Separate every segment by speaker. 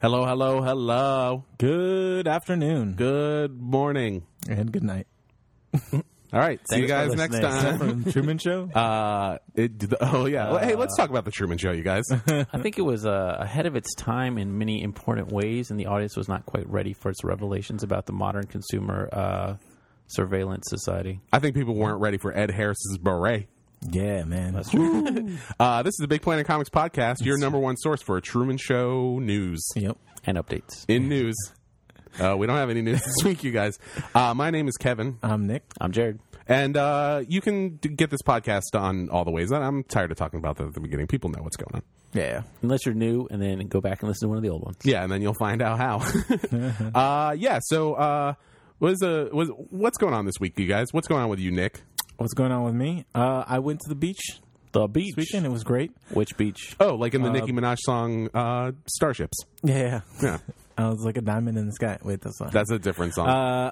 Speaker 1: Hello, hello, hello.
Speaker 2: Good afternoon.
Speaker 1: Good morning.
Speaker 2: And good night.
Speaker 1: All right. See you guys
Speaker 3: Thanks for
Speaker 1: next time.
Speaker 3: listening.
Speaker 2: From Truman Show?
Speaker 1: Uh, it, the- oh, yeah. hey, let's talk about the Truman Show, you guys.
Speaker 3: I think it was uh, ahead of its time in many important ways, and the audience was not quite ready for its revelations about the modern consumer uh, surveillance society.
Speaker 1: I think people weren't ready for Ed Harris's beret.
Speaker 2: yeah, man.
Speaker 1: Uh, this is the Big Planet Comics podcast, your number one source for Truman Show news.
Speaker 2: Yep.
Speaker 3: And updates.
Speaker 1: In news. Uh, we don't have any news this week, you guys. Uh, my name is Kevin,
Speaker 2: I'm Nick.
Speaker 3: I'm Jared.
Speaker 1: and uh, you can d- get this podcast on all the ways. I- I'm tired of talking about that at the beginning. People know what's going on.
Speaker 2: Yeah.
Speaker 3: Unless you're new, and then go back and listen to one of the old ones.
Speaker 1: Yeah, and then you'll find out how. uh, yeah. So, uh, was the was what's going on this week, you guys? What's going on with you, Nick?
Speaker 2: What's going on with me? Uh, I went to the beach
Speaker 3: The beach.
Speaker 2: this weekend. It was great.
Speaker 3: Which beach?
Speaker 1: Oh, like in the Nicki Minaj song uh, "Starships."
Speaker 2: Yeah.
Speaker 1: Yeah,
Speaker 2: I was like a diamond in the sky. Wait, that's not.
Speaker 1: that's a different song.
Speaker 2: uh,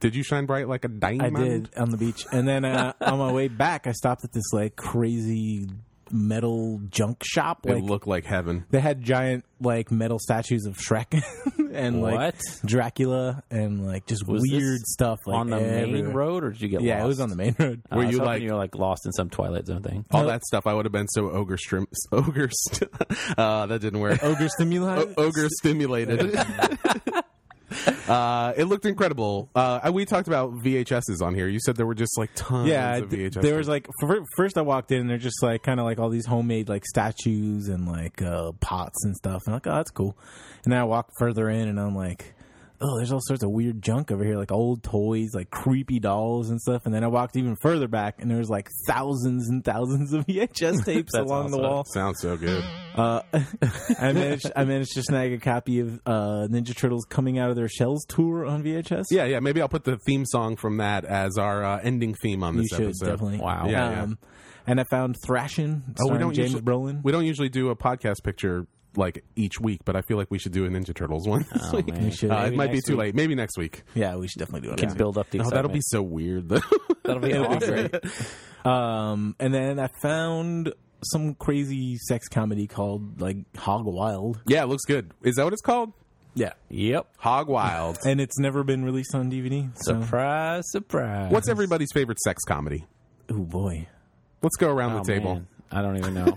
Speaker 1: did you shine bright like a
Speaker 2: I
Speaker 1: diamond?
Speaker 2: did on the beach. And then uh, on my way back, I stopped at this like crazy metal junk shop.
Speaker 1: It
Speaker 2: Like,
Speaker 1: looked like heaven.
Speaker 2: they had giant like metal statues of Shrek and like
Speaker 3: What?
Speaker 2: Dracula and like just
Speaker 3: Was this
Speaker 2: weird stuff like,
Speaker 3: on the main
Speaker 2: everywhere.
Speaker 3: road, or did you get
Speaker 2: Yeah,
Speaker 3: lost?
Speaker 2: it was on the main road.
Speaker 3: Uh,
Speaker 1: Were
Speaker 3: I was
Speaker 1: you,
Speaker 3: hoping
Speaker 1: like- Oh,
Speaker 3: you were like lost in some Twilight Zone thing?
Speaker 1: All that stuff. I would have been so ogre strim- ogre st- uh, that didn't work.
Speaker 2: Ogre stimuli.
Speaker 1: O- ogre stimulated. Uh, it looked incredible. Uh, we talked about VHSs on here. You said there were just like tons
Speaker 2: yeah,
Speaker 1: of
Speaker 2: th-
Speaker 1: VHSs.
Speaker 2: there was like fir- first I walked in, and they're just like kind of like all these homemade like statues and like uh, pots and stuff, and I'm like oh that's cool. And then I walked further in, and I'm like, oh, there's all sorts of weird junk over here, like old toys, like creepy dolls and stuff. And then I walked even further back, and there was like thousands and thousands of VHS tapes
Speaker 3: That's
Speaker 2: along the
Speaker 3: awesome.
Speaker 2: wall.
Speaker 1: sounds so good.
Speaker 2: Uh, I managed I managed to snag a copy of uh, Ninja Turtles coming out of their shells tour on VHS.
Speaker 1: Yeah, yeah. Maybe I'll put the theme song from that as our uh, ending theme on
Speaker 2: you
Speaker 1: this
Speaker 2: should
Speaker 1: episode.
Speaker 2: definitely.
Speaker 3: Wow.
Speaker 1: Yeah, yeah.
Speaker 2: Um, And I found Thrashing. Oh, we don't James
Speaker 1: usually,
Speaker 2: Brolin.
Speaker 1: We don't usually do a podcast picture like each week, but I feel like we should do a Ninja Turtles one. this
Speaker 3: Oh,
Speaker 1: week.
Speaker 3: man.
Speaker 2: We should.
Speaker 1: Uh, it
Speaker 2: Maybe
Speaker 1: might be
Speaker 3: next
Speaker 1: too
Speaker 3: week.
Speaker 1: late. Maybe next week.
Speaker 2: Yeah, we should definitely do it.
Speaker 3: Can
Speaker 2: next
Speaker 3: build up the
Speaker 1: Oh, that'll be
Speaker 3: excitement.
Speaker 1: so weird though.
Speaker 3: That'll be, that'll be great.
Speaker 2: week. Um, and then I found some crazy sex comedy called like Hog Wild.
Speaker 1: yeah, it looks good. Is that what it's called?
Speaker 2: Yeah,
Speaker 3: Yep.
Speaker 1: Hog Wild.
Speaker 2: and it's never been released on DVD. So,
Speaker 3: Surprise, surprise.
Speaker 1: What's everybody's favorite sex comedy?
Speaker 2: oh boy,
Speaker 1: Let's go around
Speaker 3: Oh,
Speaker 1: the table.
Speaker 3: man. I don't even know.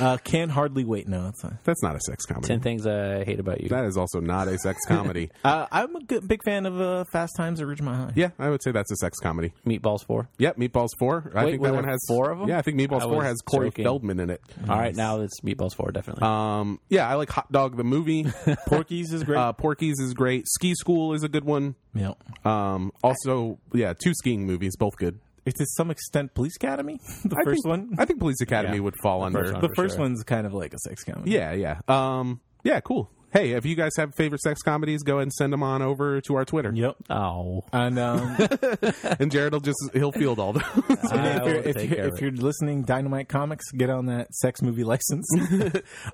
Speaker 2: uh, can hardly wait. No, it's fine.
Speaker 1: That's not a sex comedy.
Speaker 3: Ten things I hate about you.
Speaker 1: That is also not a sex comedy.
Speaker 2: Uh, I'm a good, big fan of uh, Fast Times at Ridgemont High.
Speaker 1: yeah, I would say that's a sex comedy.
Speaker 3: Meatballs four.
Speaker 1: Yep, Meatballs Four. I
Speaker 3: Wait,
Speaker 1: think
Speaker 3: were
Speaker 1: that
Speaker 3: there
Speaker 1: one has
Speaker 3: four of 'em?
Speaker 1: Yeah, I think Meatballs
Speaker 3: I
Speaker 1: Four
Speaker 3: was
Speaker 1: has Corey
Speaker 3: joking. Oh,
Speaker 1: Feldman in it.
Speaker 3: All right, now it's Meatballs four definitely.
Speaker 1: Um, yeah, I like Hot Dog the movie.
Speaker 2: Porky's is great.
Speaker 1: uh, Porky's is great. Ski School is a good one.
Speaker 2: yeah.
Speaker 1: Um, also, yeah, two skiing movies, both good.
Speaker 2: It's to some extent Police Academy, the
Speaker 1: I
Speaker 2: first
Speaker 1: think-
Speaker 2: one.
Speaker 1: I think Police Academy
Speaker 3: Yeah,
Speaker 1: would fall under.
Speaker 3: first one.
Speaker 2: the
Speaker 3: for
Speaker 2: first
Speaker 3: sure.
Speaker 2: one's kind of like a sex comedy.
Speaker 1: Yeah, yeah. Um, yeah, cool. Hey, if you guys have favorite sex comedies, go ahead and send them on over to our Twitter.
Speaker 2: Yep.
Speaker 3: oh,
Speaker 2: And um,
Speaker 1: And Jared will just he'll field all those.
Speaker 2: And
Speaker 3: I
Speaker 2: if,
Speaker 3: will
Speaker 2: you're, if,
Speaker 3: take
Speaker 2: you're,
Speaker 3: care of
Speaker 2: if you're listening, Dynamite Comics, get on that sex movie license.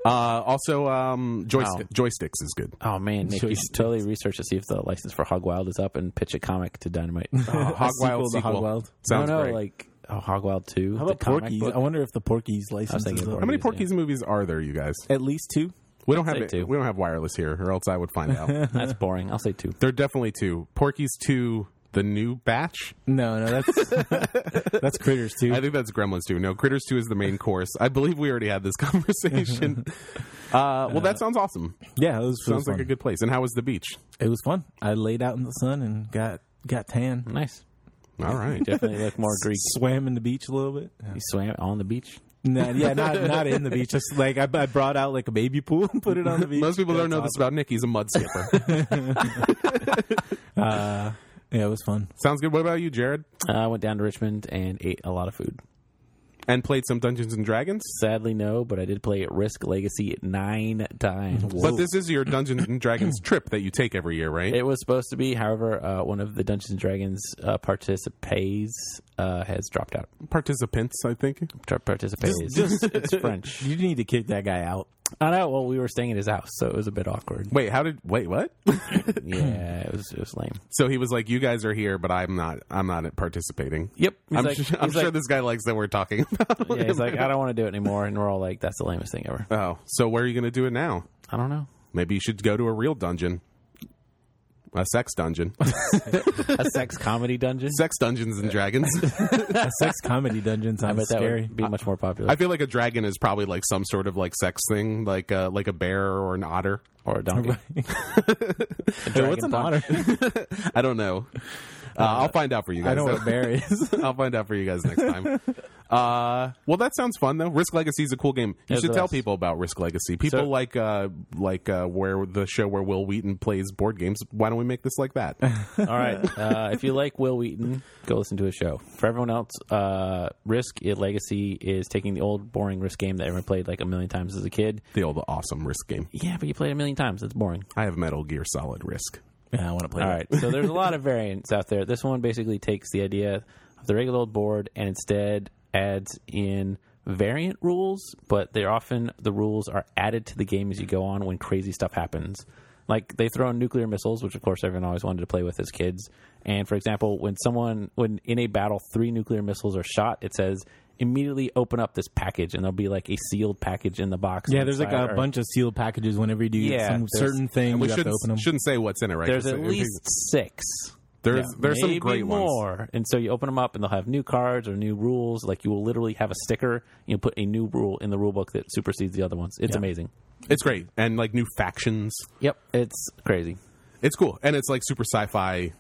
Speaker 1: uh, also, um, joystick, joysticks is good.
Speaker 3: oh man, Nick, you should totally research to see if the license for Hog Wild is up and pitch a comic to Dynamite.
Speaker 1: Uh, Hog Wild
Speaker 2: sequel to Hog Wild.
Speaker 1: Sounds
Speaker 3: no, no,
Speaker 1: great.
Speaker 3: like oh, Hog Wild two.
Speaker 2: How about
Speaker 3: the comic
Speaker 2: Porky's?
Speaker 3: book?
Speaker 2: I wonder if the Porky's license
Speaker 3: thinking
Speaker 2: is up.
Speaker 1: How many
Speaker 3: Amazing.
Speaker 1: Porky's movies are there, you guys?
Speaker 2: At least two.
Speaker 1: We don't
Speaker 3: I'd
Speaker 1: have
Speaker 3: say
Speaker 1: it,
Speaker 3: two.
Speaker 1: we don't have wireless here, or else I would find out. there
Speaker 3: That's boring. I'll say two.
Speaker 1: are definitely two. Porky's two, the new batch.
Speaker 2: No, no, that's that's Critters too.
Speaker 1: I
Speaker 3: Mm.
Speaker 1: think that's Gremlins 2. No, Critters 2 is the main course. I believe we already had this conversation. uh, well, that sounds awesome.
Speaker 2: yeah, it was, it was
Speaker 1: Sounds
Speaker 2: fun.
Speaker 1: like a good place. And how was the beach?
Speaker 2: it was fun. I laid out in the sun and got got tan.
Speaker 3: Nice.
Speaker 1: All right.
Speaker 3: Definitely look more Greek.
Speaker 2: Swam in the beach a little bit.
Speaker 3: You swam on the beach.
Speaker 2: No, yeah, not not in the beach. Just like I, I brought out like a baby pool and put it on the beach.
Speaker 1: Most people don't know this about Nick. He's a mud skipper.
Speaker 2: Yeah, it was fun.
Speaker 1: sounds good. What about you, Jared?
Speaker 3: Uh, I went down to Richmond and ate a lot of food.
Speaker 1: And played some Dungeons and Dragons?
Speaker 3: Sadly, no, but I did play at Risk Legacy nine times.
Speaker 1: But this is your Dungeons and Dragons trip that you take every year, right?
Speaker 3: It was supposed to be, however, uh, one of the Dungeons and Dragons uh, participates uh, has dropped out.
Speaker 1: Participants, I think.
Speaker 3: Tra- Participates.
Speaker 2: Just-
Speaker 3: it's French.
Speaker 2: You need to kick that guy out.
Speaker 3: I know. Well, we were staying at his house, so it was a bit awkward.
Speaker 1: Wait, how did? Wait, what?
Speaker 3: yeah, it was it was lame.
Speaker 1: so he was like, "You guys are here, but I'm not. I'm not participating."
Speaker 3: Yep. He's
Speaker 1: I'm,
Speaker 3: like,
Speaker 1: sure, I'm
Speaker 3: he's
Speaker 1: sure
Speaker 3: like-
Speaker 1: this guy likes that we're talking about.
Speaker 3: Yeah, he's like, I don't want to do it anymore, and we're all like, that's the lamest thing ever.
Speaker 1: oh, so where are you going to do it now?
Speaker 3: I don't know.
Speaker 1: Maybe you should go to a real dungeon, a sex dungeon,
Speaker 3: A sex comedy dungeon.
Speaker 1: sex dungeons and dragons.
Speaker 2: A sex comedy dungeon
Speaker 3: I
Speaker 2: sounds
Speaker 3: bet that
Speaker 2: scary.
Speaker 3: would be much more popular.
Speaker 1: I feel like a dragon is probably like some sort of like sex thing, like uh, like a bear or an otter.
Speaker 3: or a donkey.
Speaker 2: Hey, what's an otter?
Speaker 1: I don't know. Uh, I'll find out for you guys.
Speaker 2: I know what a bear is.
Speaker 1: I'll find out for you guys next time. Uh, well, that sounds fun though. Risk Legacy is a cool game. You
Speaker 3: Yes,
Speaker 1: should
Speaker 3: it
Speaker 1: tell
Speaker 3: is.
Speaker 1: people about Risk Legacy. People
Speaker 3: So-
Speaker 1: like uh, like uh, where the show where Will Wheaton plays board games. Why don't we make this like that?
Speaker 3: All right. Uh, if you like Will Wheaton, go listen to his show. For everyone else, uh, Risk it Legacy is taking the old boring Risk game that everyone played like a million times as a kid.
Speaker 1: the old awesome Risk game.
Speaker 3: Yeah, but you played it a million times. It's boring.
Speaker 1: I have Metal Gear Solid Risk.
Speaker 2: yeah, I want to play.
Speaker 3: All
Speaker 2: that.
Speaker 3: right. So there's a lot of variants out there. This one basically takes the idea of the regular old board and instead adds in variant rules, but they're often the rules are added to the game as you go on when crazy stuff happens. Like they throw in nuclear missiles, which of course everyone always wanted to play with as kids. And for example, when someone when in a battle three nuclear missiles are shot, it says immediately open up this package and there'll be like a sealed package in the box.
Speaker 2: Yeah, there's like
Speaker 3: inside,
Speaker 2: a
Speaker 3: or-
Speaker 2: bunch of sealed packages. Whenever you do
Speaker 3: Yeah,
Speaker 2: some
Speaker 3: there's-
Speaker 2: certain thing,
Speaker 1: we
Speaker 2: you have to
Speaker 1: shouldn't
Speaker 2: open them.
Speaker 1: shouldn't say what's in it, right?
Speaker 3: There's
Speaker 1: Just
Speaker 3: at
Speaker 1: say-
Speaker 3: least six.
Speaker 1: there's there's some
Speaker 3: Maybe
Speaker 1: great ones.
Speaker 3: more. And so you open them up, and they'll have new cards or new rules. Like you will literally have a sticker. You put a new rule in the rule book that supersedes the other ones. It's amazing.
Speaker 1: It's great and like new factions.
Speaker 3: Yep, it's crazy.
Speaker 1: It's cool and it's like super sci-fi.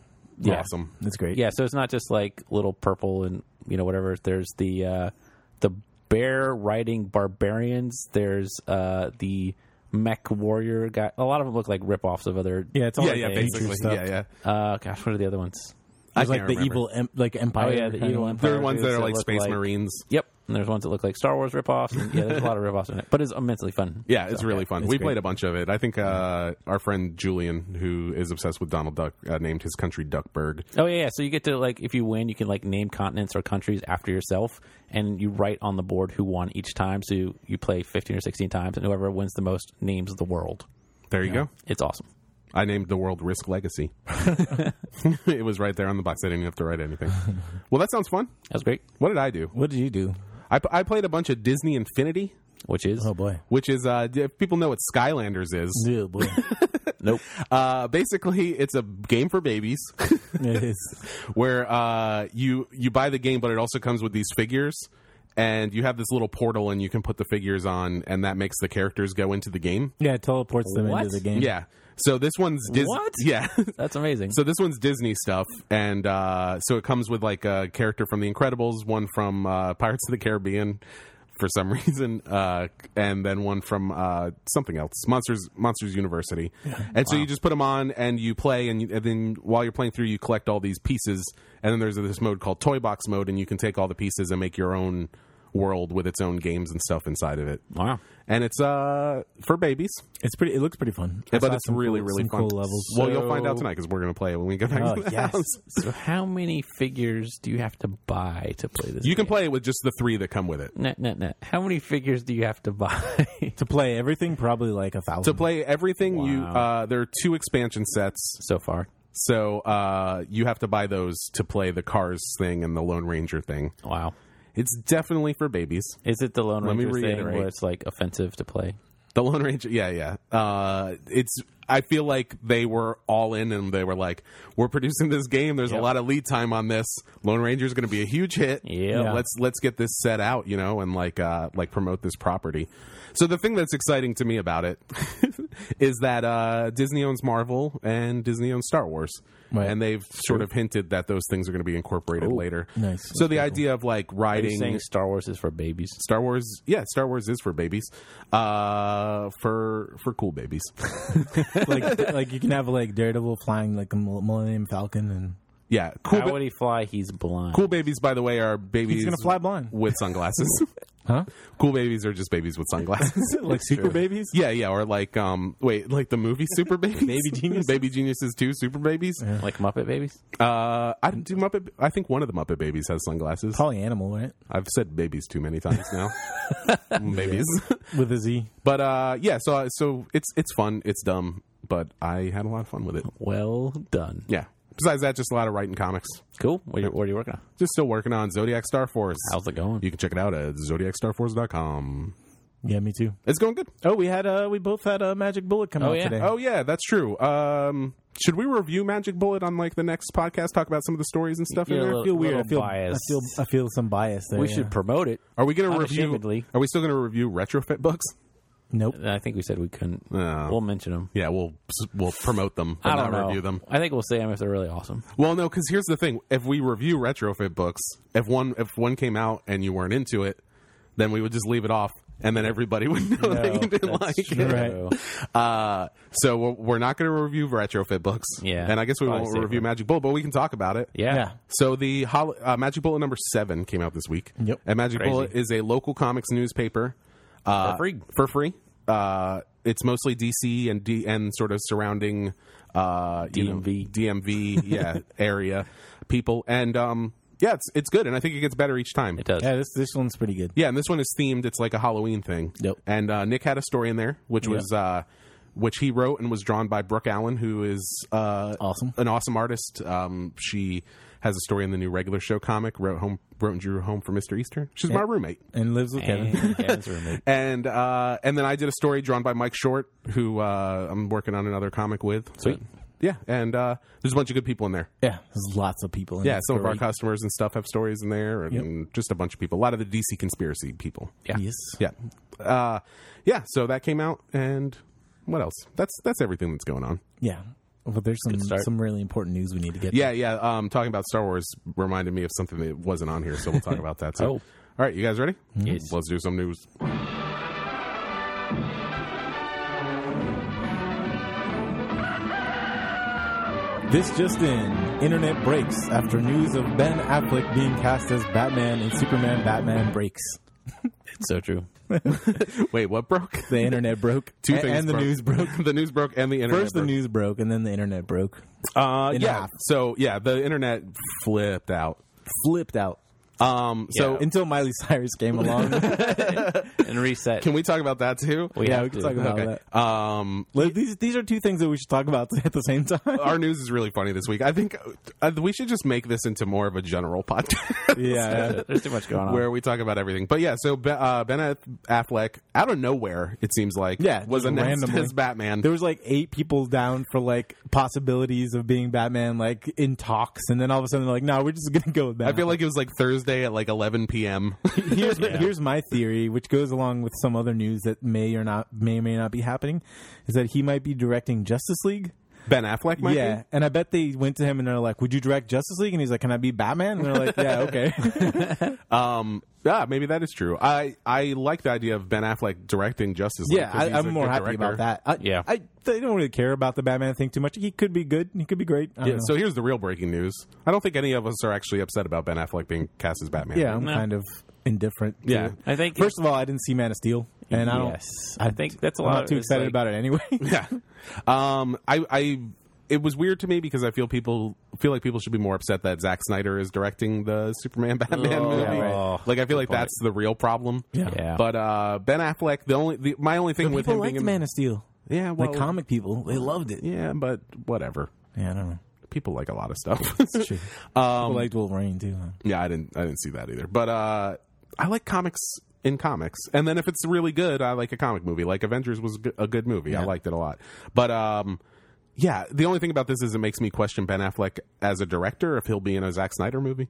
Speaker 3: Yeah.
Speaker 1: Awesome.
Speaker 2: That's great.
Speaker 3: Yeah, so it's not just like little purple and you know whatever. There's the uh, the bear riding barbarians. There's uh, the mech warrior guy. A lot of them look like ripoffs of other.
Speaker 2: Yeah, it's all
Speaker 1: yeah,
Speaker 2: like
Speaker 1: yeah,
Speaker 2: the nature
Speaker 1: basically.
Speaker 2: stuff.
Speaker 1: Yeah, yeah.
Speaker 3: Uh, gosh, what are the other ones?
Speaker 1: I
Speaker 2: There's like
Speaker 1: can't
Speaker 2: the
Speaker 1: remember.
Speaker 2: evil, em- like empire.
Speaker 3: Oh yeah, the
Speaker 2: kind of
Speaker 3: evil
Speaker 2: one.
Speaker 1: There
Speaker 3: empire.
Speaker 1: are ones that
Speaker 3: dudes
Speaker 1: are like
Speaker 3: look
Speaker 1: space marines.
Speaker 3: Yep, and there's ones that look like Star Wars ripoffs. And, yeah, there's a lot of ripoffs in it, but it's immensely fun.
Speaker 1: Yeah, it's really fun.
Speaker 2: it's
Speaker 1: we
Speaker 2: great.
Speaker 1: played a bunch of it. I think uh, our friend Julian, who is obsessed with Donald Duck, uh, named his country Duckburg.
Speaker 3: Oh yeah, yeah. So you get to like if you win, you can like name continents or countries after yourself, and you write on the board who won each time. So you, you play fifteen or sixteen times, and whoever wins the most names the world.
Speaker 1: There you go.
Speaker 3: It's awesome.
Speaker 1: I named the world Risk Legacy. it was right there on the box. I didn't have to write anything. Well, that sounds fun.
Speaker 3: That was great.
Speaker 1: What did I do?
Speaker 2: What did you do?
Speaker 1: I, I played a bunch of Disney Infinity,
Speaker 3: Which is
Speaker 2: Oh boy.
Speaker 1: which is uh, if people know what Skylanders is.
Speaker 2: Yeah, boy.
Speaker 3: nope.
Speaker 1: Uh, basically, it's a game for babies.
Speaker 2: it is.
Speaker 1: where uh, you you buy the game, but it also comes with these figures, and you have this little portal, and you can put the figures on, and that makes the characters go into the game.
Speaker 2: Yeah, it teleports them
Speaker 3: What?
Speaker 2: into the game.
Speaker 1: Yeah. So this one's Dis-
Speaker 3: What?
Speaker 1: Yeah.
Speaker 3: That's amazing.
Speaker 1: so this one's Disney stuff, and uh, so it comes with like a character from The Incredibles, one from uh, Pirates of the Caribbean. For some reason, uh, and then one from uh, something else, Monsters Monsters University, and so you just put them on and you play, and, you, and then while you're playing through, you collect all these pieces, and then there's this mode called Toy Box mode, and you can take all the pieces and make your own world with its own games and stuff inside of it,
Speaker 3: wow.
Speaker 1: and it's uh, for babies,
Speaker 2: It's pretty. It looks pretty fun. I
Speaker 1: but
Speaker 2: saw
Speaker 1: it's
Speaker 2: some
Speaker 1: really,
Speaker 2: cool-
Speaker 1: really
Speaker 2: some
Speaker 1: fun.
Speaker 2: cool levels.
Speaker 1: Well, you'll find out
Speaker 3: So-
Speaker 1: tonight because we're going to play it when we get back
Speaker 2: Oh,
Speaker 1: to the
Speaker 2: yes.
Speaker 1: house.
Speaker 3: So how many figures do you have to buy to play this?
Speaker 1: You can play it with just the three that come with it.
Speaker 3: Net, net, net. How many figures do you have to buy?
Speaker 2: To play everything, probably like a thousand.
Speaker 1: To play everything, you
Speaker 3: Wow.
Speaker 1: uh, there are two expansion sets,
Speaker 3: so far.
Speaker 1: so uh, you have to buy those to play the Cars thing and the Lone Ranger thing.
Speaker 3: Wow.
Speaker 1: It's definitely for babies.
Speaker 3: Is it the Lone
Speaker 1: Let me
Speaker 3: Ranger thing
Speaker 1: reiterate.
Speaker 3: where it's like offensive to play?
Speaker 1: The Lone Ranger, yeah, yeah. Uh, it's. I feel like they were all in, and they were like, "We're producing this game. There's a lot of lead time on this. Lone Ranger is going to be a huge hit.
Speaker 3: Yeah.
Speaker 1: let's let's get this set out, you know, and like uh, like promote this property." So the thing that's exciting to me about it is that uh, Disney owns Marvel and Disney owns Star Wars,
Speaker 2: Right.
Speaker 1: and they've sort of hinted that those things are going to be incorporated later.
Speaker 2: nice.
Speaker 1: So the idea of like
Speaker 3: Are you
Speaker 1: riding
Speaker 3: saying Star Wars is for babies?
Speaker 1: Star Wars, yeah, Star Wars is for babies, uh, for for cool babies.
Speaker 2: like, like you can have like Daredevil flying like the Mil- Millennium Falcon, and
Speaker 1: yeah, cool.
Speaker 3: How
Speaker 1: ba-
Speaker 3: would he fly? He's blind.
Speaker 1: cool babies, by the way, are babies
Speaker 2: he's gonna fly blind.
Speaker 1: with sunglasses.
Speaker 2: Huh?
Speaker 1: Cool babies are just babies with sunglasses.
Speaker 2: Like super babies?
Speaker 1: yeah, yeah, or like um, wait, like the movie Super Babies,
Speaker 2: Baby Geniuses?
Speaker 1: Baby Geniuses Two, Super Babies.
Speaker 3: Like Muppet Babies?
Speaker 1: Uh, I do Muppet. I think one of the Muppet Babies has sunglasses.
Speaker 2: Probably animal, right?
Speaker 1: I've said babies too many times now. Mm, babies,
Speaker 2: With a Z.
Speaker 1: but uh, yeah. So so it's it's fun. It's dumb, but I had a lot of fun with it.
Speaker 3: Well done.
Speaker 1: Yeah. Besides that, just a lot of writing comics.
Speaker 3: Cool. What are you, what are you working on?
Speaker 1: Just still working on Zodiac Star Force.
Speaker 3: How's it going?
Speaker 1: You can check it out at zodiacstarforce.com.
Speaker 2: Yeah, me too.
Speaker 1: It's going good.
Speaker 2: Oh, we had uh we both had a magic bullet come
Speaker 3: Oh,
Speaker 2: out
Speaker 3: yeah.
Speaker 2: today.
Speaker 1: Oh yeah, that's true. Um, should we review Magic Bullet on like the next podcast? Talk about some of the stories and stuff. in
Speaker 3: Yeah,
Speaker 1: there?
Speaker 3: well-
Speaker 2: I feel weird. I
Speaker 3: Little
Speaker 2: feel
Speaker 3: bias.
Speaker 2: I feel I feel some bias there.
Speaker 3: we
Speaker 2: yeah.
Speaker 3: should promote it.
Speaker 1: Are we going to review?
Speaker 3: Unashamedly.
Speaker 1: Are we still going to review retrofit books?
Speaker 2: Nope.
Speaker 3: I think we said we couldn't.
Speaker 1: No.
Speaker 3: We'll mention them.
Speaker 1: Yeah, we'll we'll promote them. But
Speaker 3: I don't
Speaker 1: not
Speaker 3: know.
Speaker 1: review them.
Speaker 3: I think we'll say them if they're really awesome.
Speaker 1: Well, no, because here's the thing: if we review retrofit books, if one if one came out and you weren't into it, then we would just leave it off, and then everybody would know that you didn't like
Speaker 3: Oh, true.
Speaker 1: it. Uh, so we're, we're not going to review retrofit books.
Speaker 3: Yeah.
Speaker 1: and I guess we
Speaker 3: Probably
Speaker 1: won't
Speaker 3: save
Speaker 1: review
Speaker 3: it.
Speaker 1: Magic Bullet, but we can talk about it.
Speaker 3: Yeah.
Speaker 2: Yeah.
Speaker 1: So the hol- uh, Magic Bullet number seven came out this week.
Speaker 2: Yep.
Speaker 1: And Magic
Speaker 3: Crazy.
Speaker 1: Bullet is a local comics newspaper uh,
Speaker 3: For free.
Speaker 1: For free. Uh, it's mostly DC and D- and sort of surrounding uh, you know,
Speaker 3: DMV.
Speaker 1: DMV yeah area people and um, yeah it's it's good and I think it gets better each time.
Speaker 3: It does.
Speaker 2: Yeah, this this one's pretty good.
Speaker 1: Yeah, and this one is themed. It's like a Halloween thing.
Speaker 2: Yep.
Speaker 1: And uh, Nick had a story in there, which was uh, which he wrote and was drawn by Brooke Allen, who is uh,
Speaker 2: Awesome.
Speaker 1: an awesome artist. Um, she has a story in the new regular show comic. Wrote home, wrote and drew home for Mister Easter. She's my roommate.
Speaker 2: And lives with Kevin.
Speaker 3: And Kevin's roommate.
Speaker 1: And uh, and then I did a story drawn by Mike Short, who uh, I'm working on another comic with.
Speaker 3: Sweet.
Speaker 1: yeah, and uh, there's a bunch of good people in there.
Speaker 2: Yeah, there's lots of people. In
Speaker 1: Yeah,
Speaker 2: this
Speaker 1: some of our
Speaker 2: story.
Speaker 1: customers and stuff have stories in there, and, and just a bunch of people. A lot of the DC conspiracy people.
Speaker 3: Yeah.
Speaker 2: Yes.
Speaker 1: Yeah. Uh, yeah, so that came out and what else? That's that's everything that's going on.
Speaker 2: Yeah. But there's some
Speaker 3: start.
Speaker 2: some really important news we need to get.
Speaker 1: Yeah, yeah. Um talking about Star Wars reminded me of something that wasn't on here, so we'll talk about that too.
Speaker 3: Oh.
Speaker 1: All right, you guys ready?
Speaker 3: Yes.
Speaker 1: Let's do some news.
Speaker 2: to. This just in: internet breaks after news of Ben Affleck being cast as Batman in Superman Batman breaks.
Speaker 3: It's so true.
Speaker 1: Wait, what broke?
Speaker 2: The internet broke.
Speaker 1: Two
Speaker 2: A-
Speaker 1: things
Speaker 2: And the
Speaker 1: broke.
Speaker 2: news broke.
Speaker 1: the news broke and the internet.
Speaker 2: First, the
Speaker 1: broke.
Speaker 2: news broke, and then the internet broke.
Speaker 1: Uh,
Speaker 2: in
Speaker 1: yeah.
Speaker 2: half.
Speaker 1: So yeah, the internet flipped out.
Speaker 2: Flipped out
Speaker 1: Um so
Speaker 3: Yeah.
Speaker 2: until Miley Cyrus came along.
Speaker 3: And reset.
Speaker 1: can we talk about that too?
Speaker 3: We
Speaker 2: yeah,
Speaker 3: have
Speaker 2: we can
Speaker 3: to.
Speaker 2: talk about
Speaker 1: okay.
Speaker 2: that.
Speaker 1: Um
Speaker 2: Like, these these are two things that we should talk about at the same time.
Speaker 1: our news is really funny this week. I think uh, we should just make this into more of a general podcast.
Speaker 2: yeah,
Speaker 3: There's too much going on.
Speaker 1: where we talk about everything. But yeah, so Be- uh, Ben Ath- Affleck, out of nowhere, it seems like,
Speaker 2: Yeah,
Speaker 1: was
Speaker 2: just
Speaker 1: announced
Speaker 2: randomly.
Speaker 1: as Batman.
Speaker 2: There was like eight people down for like possibilities of being Batman, like in talks, and then all of a sudden they're like, "No, we're just gonna go with that."
Speaker 1: I feel like it was like Thursday at like 11 p.m.
Speaker 2: here's here's my theory, which goes along with some other news that may or not may or may not be happening, is that he might be directing Justice League.
Speaker 1: ben Affleck, might
Speaker 2: yeah,
Speaker 1: be?
Speaker 2: and I bet they went to him and they're like, "Would you direct Justice League?" And he's like, "Can I be Batman?" And they're like, "Yeah, okay."
Speaker 1: Um, yeah, maybe that is true. I I like the idea of Ben Affleck directing Justice League.
Speaker 2: yeah,
Speaker 1: 'cause
Speaker 2: I,
Speaker 1: he's a
Speaker 2: I'm more
Speaker 1: good
Speaker 2: happy
Speaker 1: director.
Speaker 2: about that. I,
Speaker 3: Yeah.
Speaker 2: I they don't really care about the Batman thing too much. He could be good. He could be great. I don't
Speaker 1: Yeah,
Speaker 2: know.
Speaker 1: so here's the real breaking news. I don't think any of us are actually upset about Ben Affleck being cast as Batman.
Speaker 2: yeah, I'm
Speaker 3: No.
Speaker 2: kind of indifferent. to
Speaker 1: Yeah.
Speaker 2: it.
Speaker 3: I think
Speaker 2: First of all, I didn't see Man of Steel, and I don't.
Speaker 3: Yes. I think that's a
Speaker 2: I'm
Speaker 3: lot
Speaker 2: not
Speaker 3: of-
Speaker 2: too
Speaker 3: it's
Speaker 2: excited
Speaker 3: like-
Speaker 2: about it anyway.
Speaker 1: yeah. Um, I, I, it was weird to me because I feel people feel like people should be more upset that Zack Snyder is directing the Superman Batman
Speaker 3: Oh,
Speaker 1: movie.
Speaker 3: yeah, right.
Speaker 1: Like, I feel like
Speaker 3: point.
Speaker 1: that's the real problem.
Speaker 3: Yeah.
Speaker 1: But uh, Ben Affleck, the only the, my only thing with
Speaker 2: people
Speaker 1: him being
Speaker 2: liked
Speaker 1: in-
Speaker 2: Man of Steel.
Speaker 1: yeah, well,
Speaker 2: like comic people, they loved it.
Speaker 1: yeah, but whatever.
Speaker 2: Yeah, I don't know.
Speaker 1: People like a lot of stuff.
Speaker 2: Shit.
Speaker 1: um,
Speaker 2: People liked Wolverine too. Huh?
Speaker 1: yeah, I didn't I didn't see that either. But uh, I like comics in comics, and then if it's really good, I like a comic movie. Like Avengers was g- a good movie. I liked it a lot. But um, yeah, the only thing about this is it makes me question Ben Affleck as a director if he'll be in a Zack Snyder movie.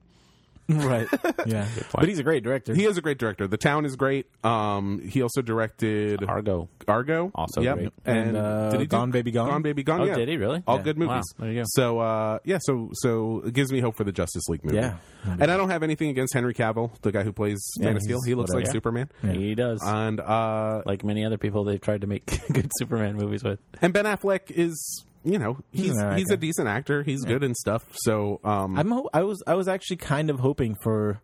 Speaker 2: right. Yeah. But he's a great director.
Speaker 1: He is a great director. The Town is great. Um, he also directed
Speaker 3: Argo.
Speaker 1: Argo,
Speaker 3: Also
Speaker 1: yep.
Speaker 3: great.
Speaker 1: and,
Speaker 2: And, uh, Gone Baby Gone?
Speaker 1: Gone Baby Gone.
Speaker 3: Oh,
Speaker 1: yeah.
Speaker 3: did he really?
Speaker 1: All
Speaker 3: Yeah.
Speaker 1: good movies.
Speaker 3: Wow, there you go.
Speaker 1: So uh, yeah, so so it gives me hope for the Justice League movie.
Speaker 2: Yeah.
Speaker 1: and I don't have anything against Henry Cavill, the guy who plays Man of
Speaker 2: he's
Speaker 1: Steel. He looks
Speaker 2: whatever.
Speaker 1: like
Speaker 2: Yeah.
Speaker 1: Superman.
Speaker 3: He does.
Speaker 1: And uh,
Speaker 3: like many other people, they've tried to make good Superman movies with.
Speaker 1: and Ben Affleck is you know he's
Speaker 2: He's an
Speaker 1: he's a
Speaker 2: actor.
Speaker 1: decent actor. He's good and stuff. So um,
Speaker 2: I'm ho- I was I was actually kind of hoping for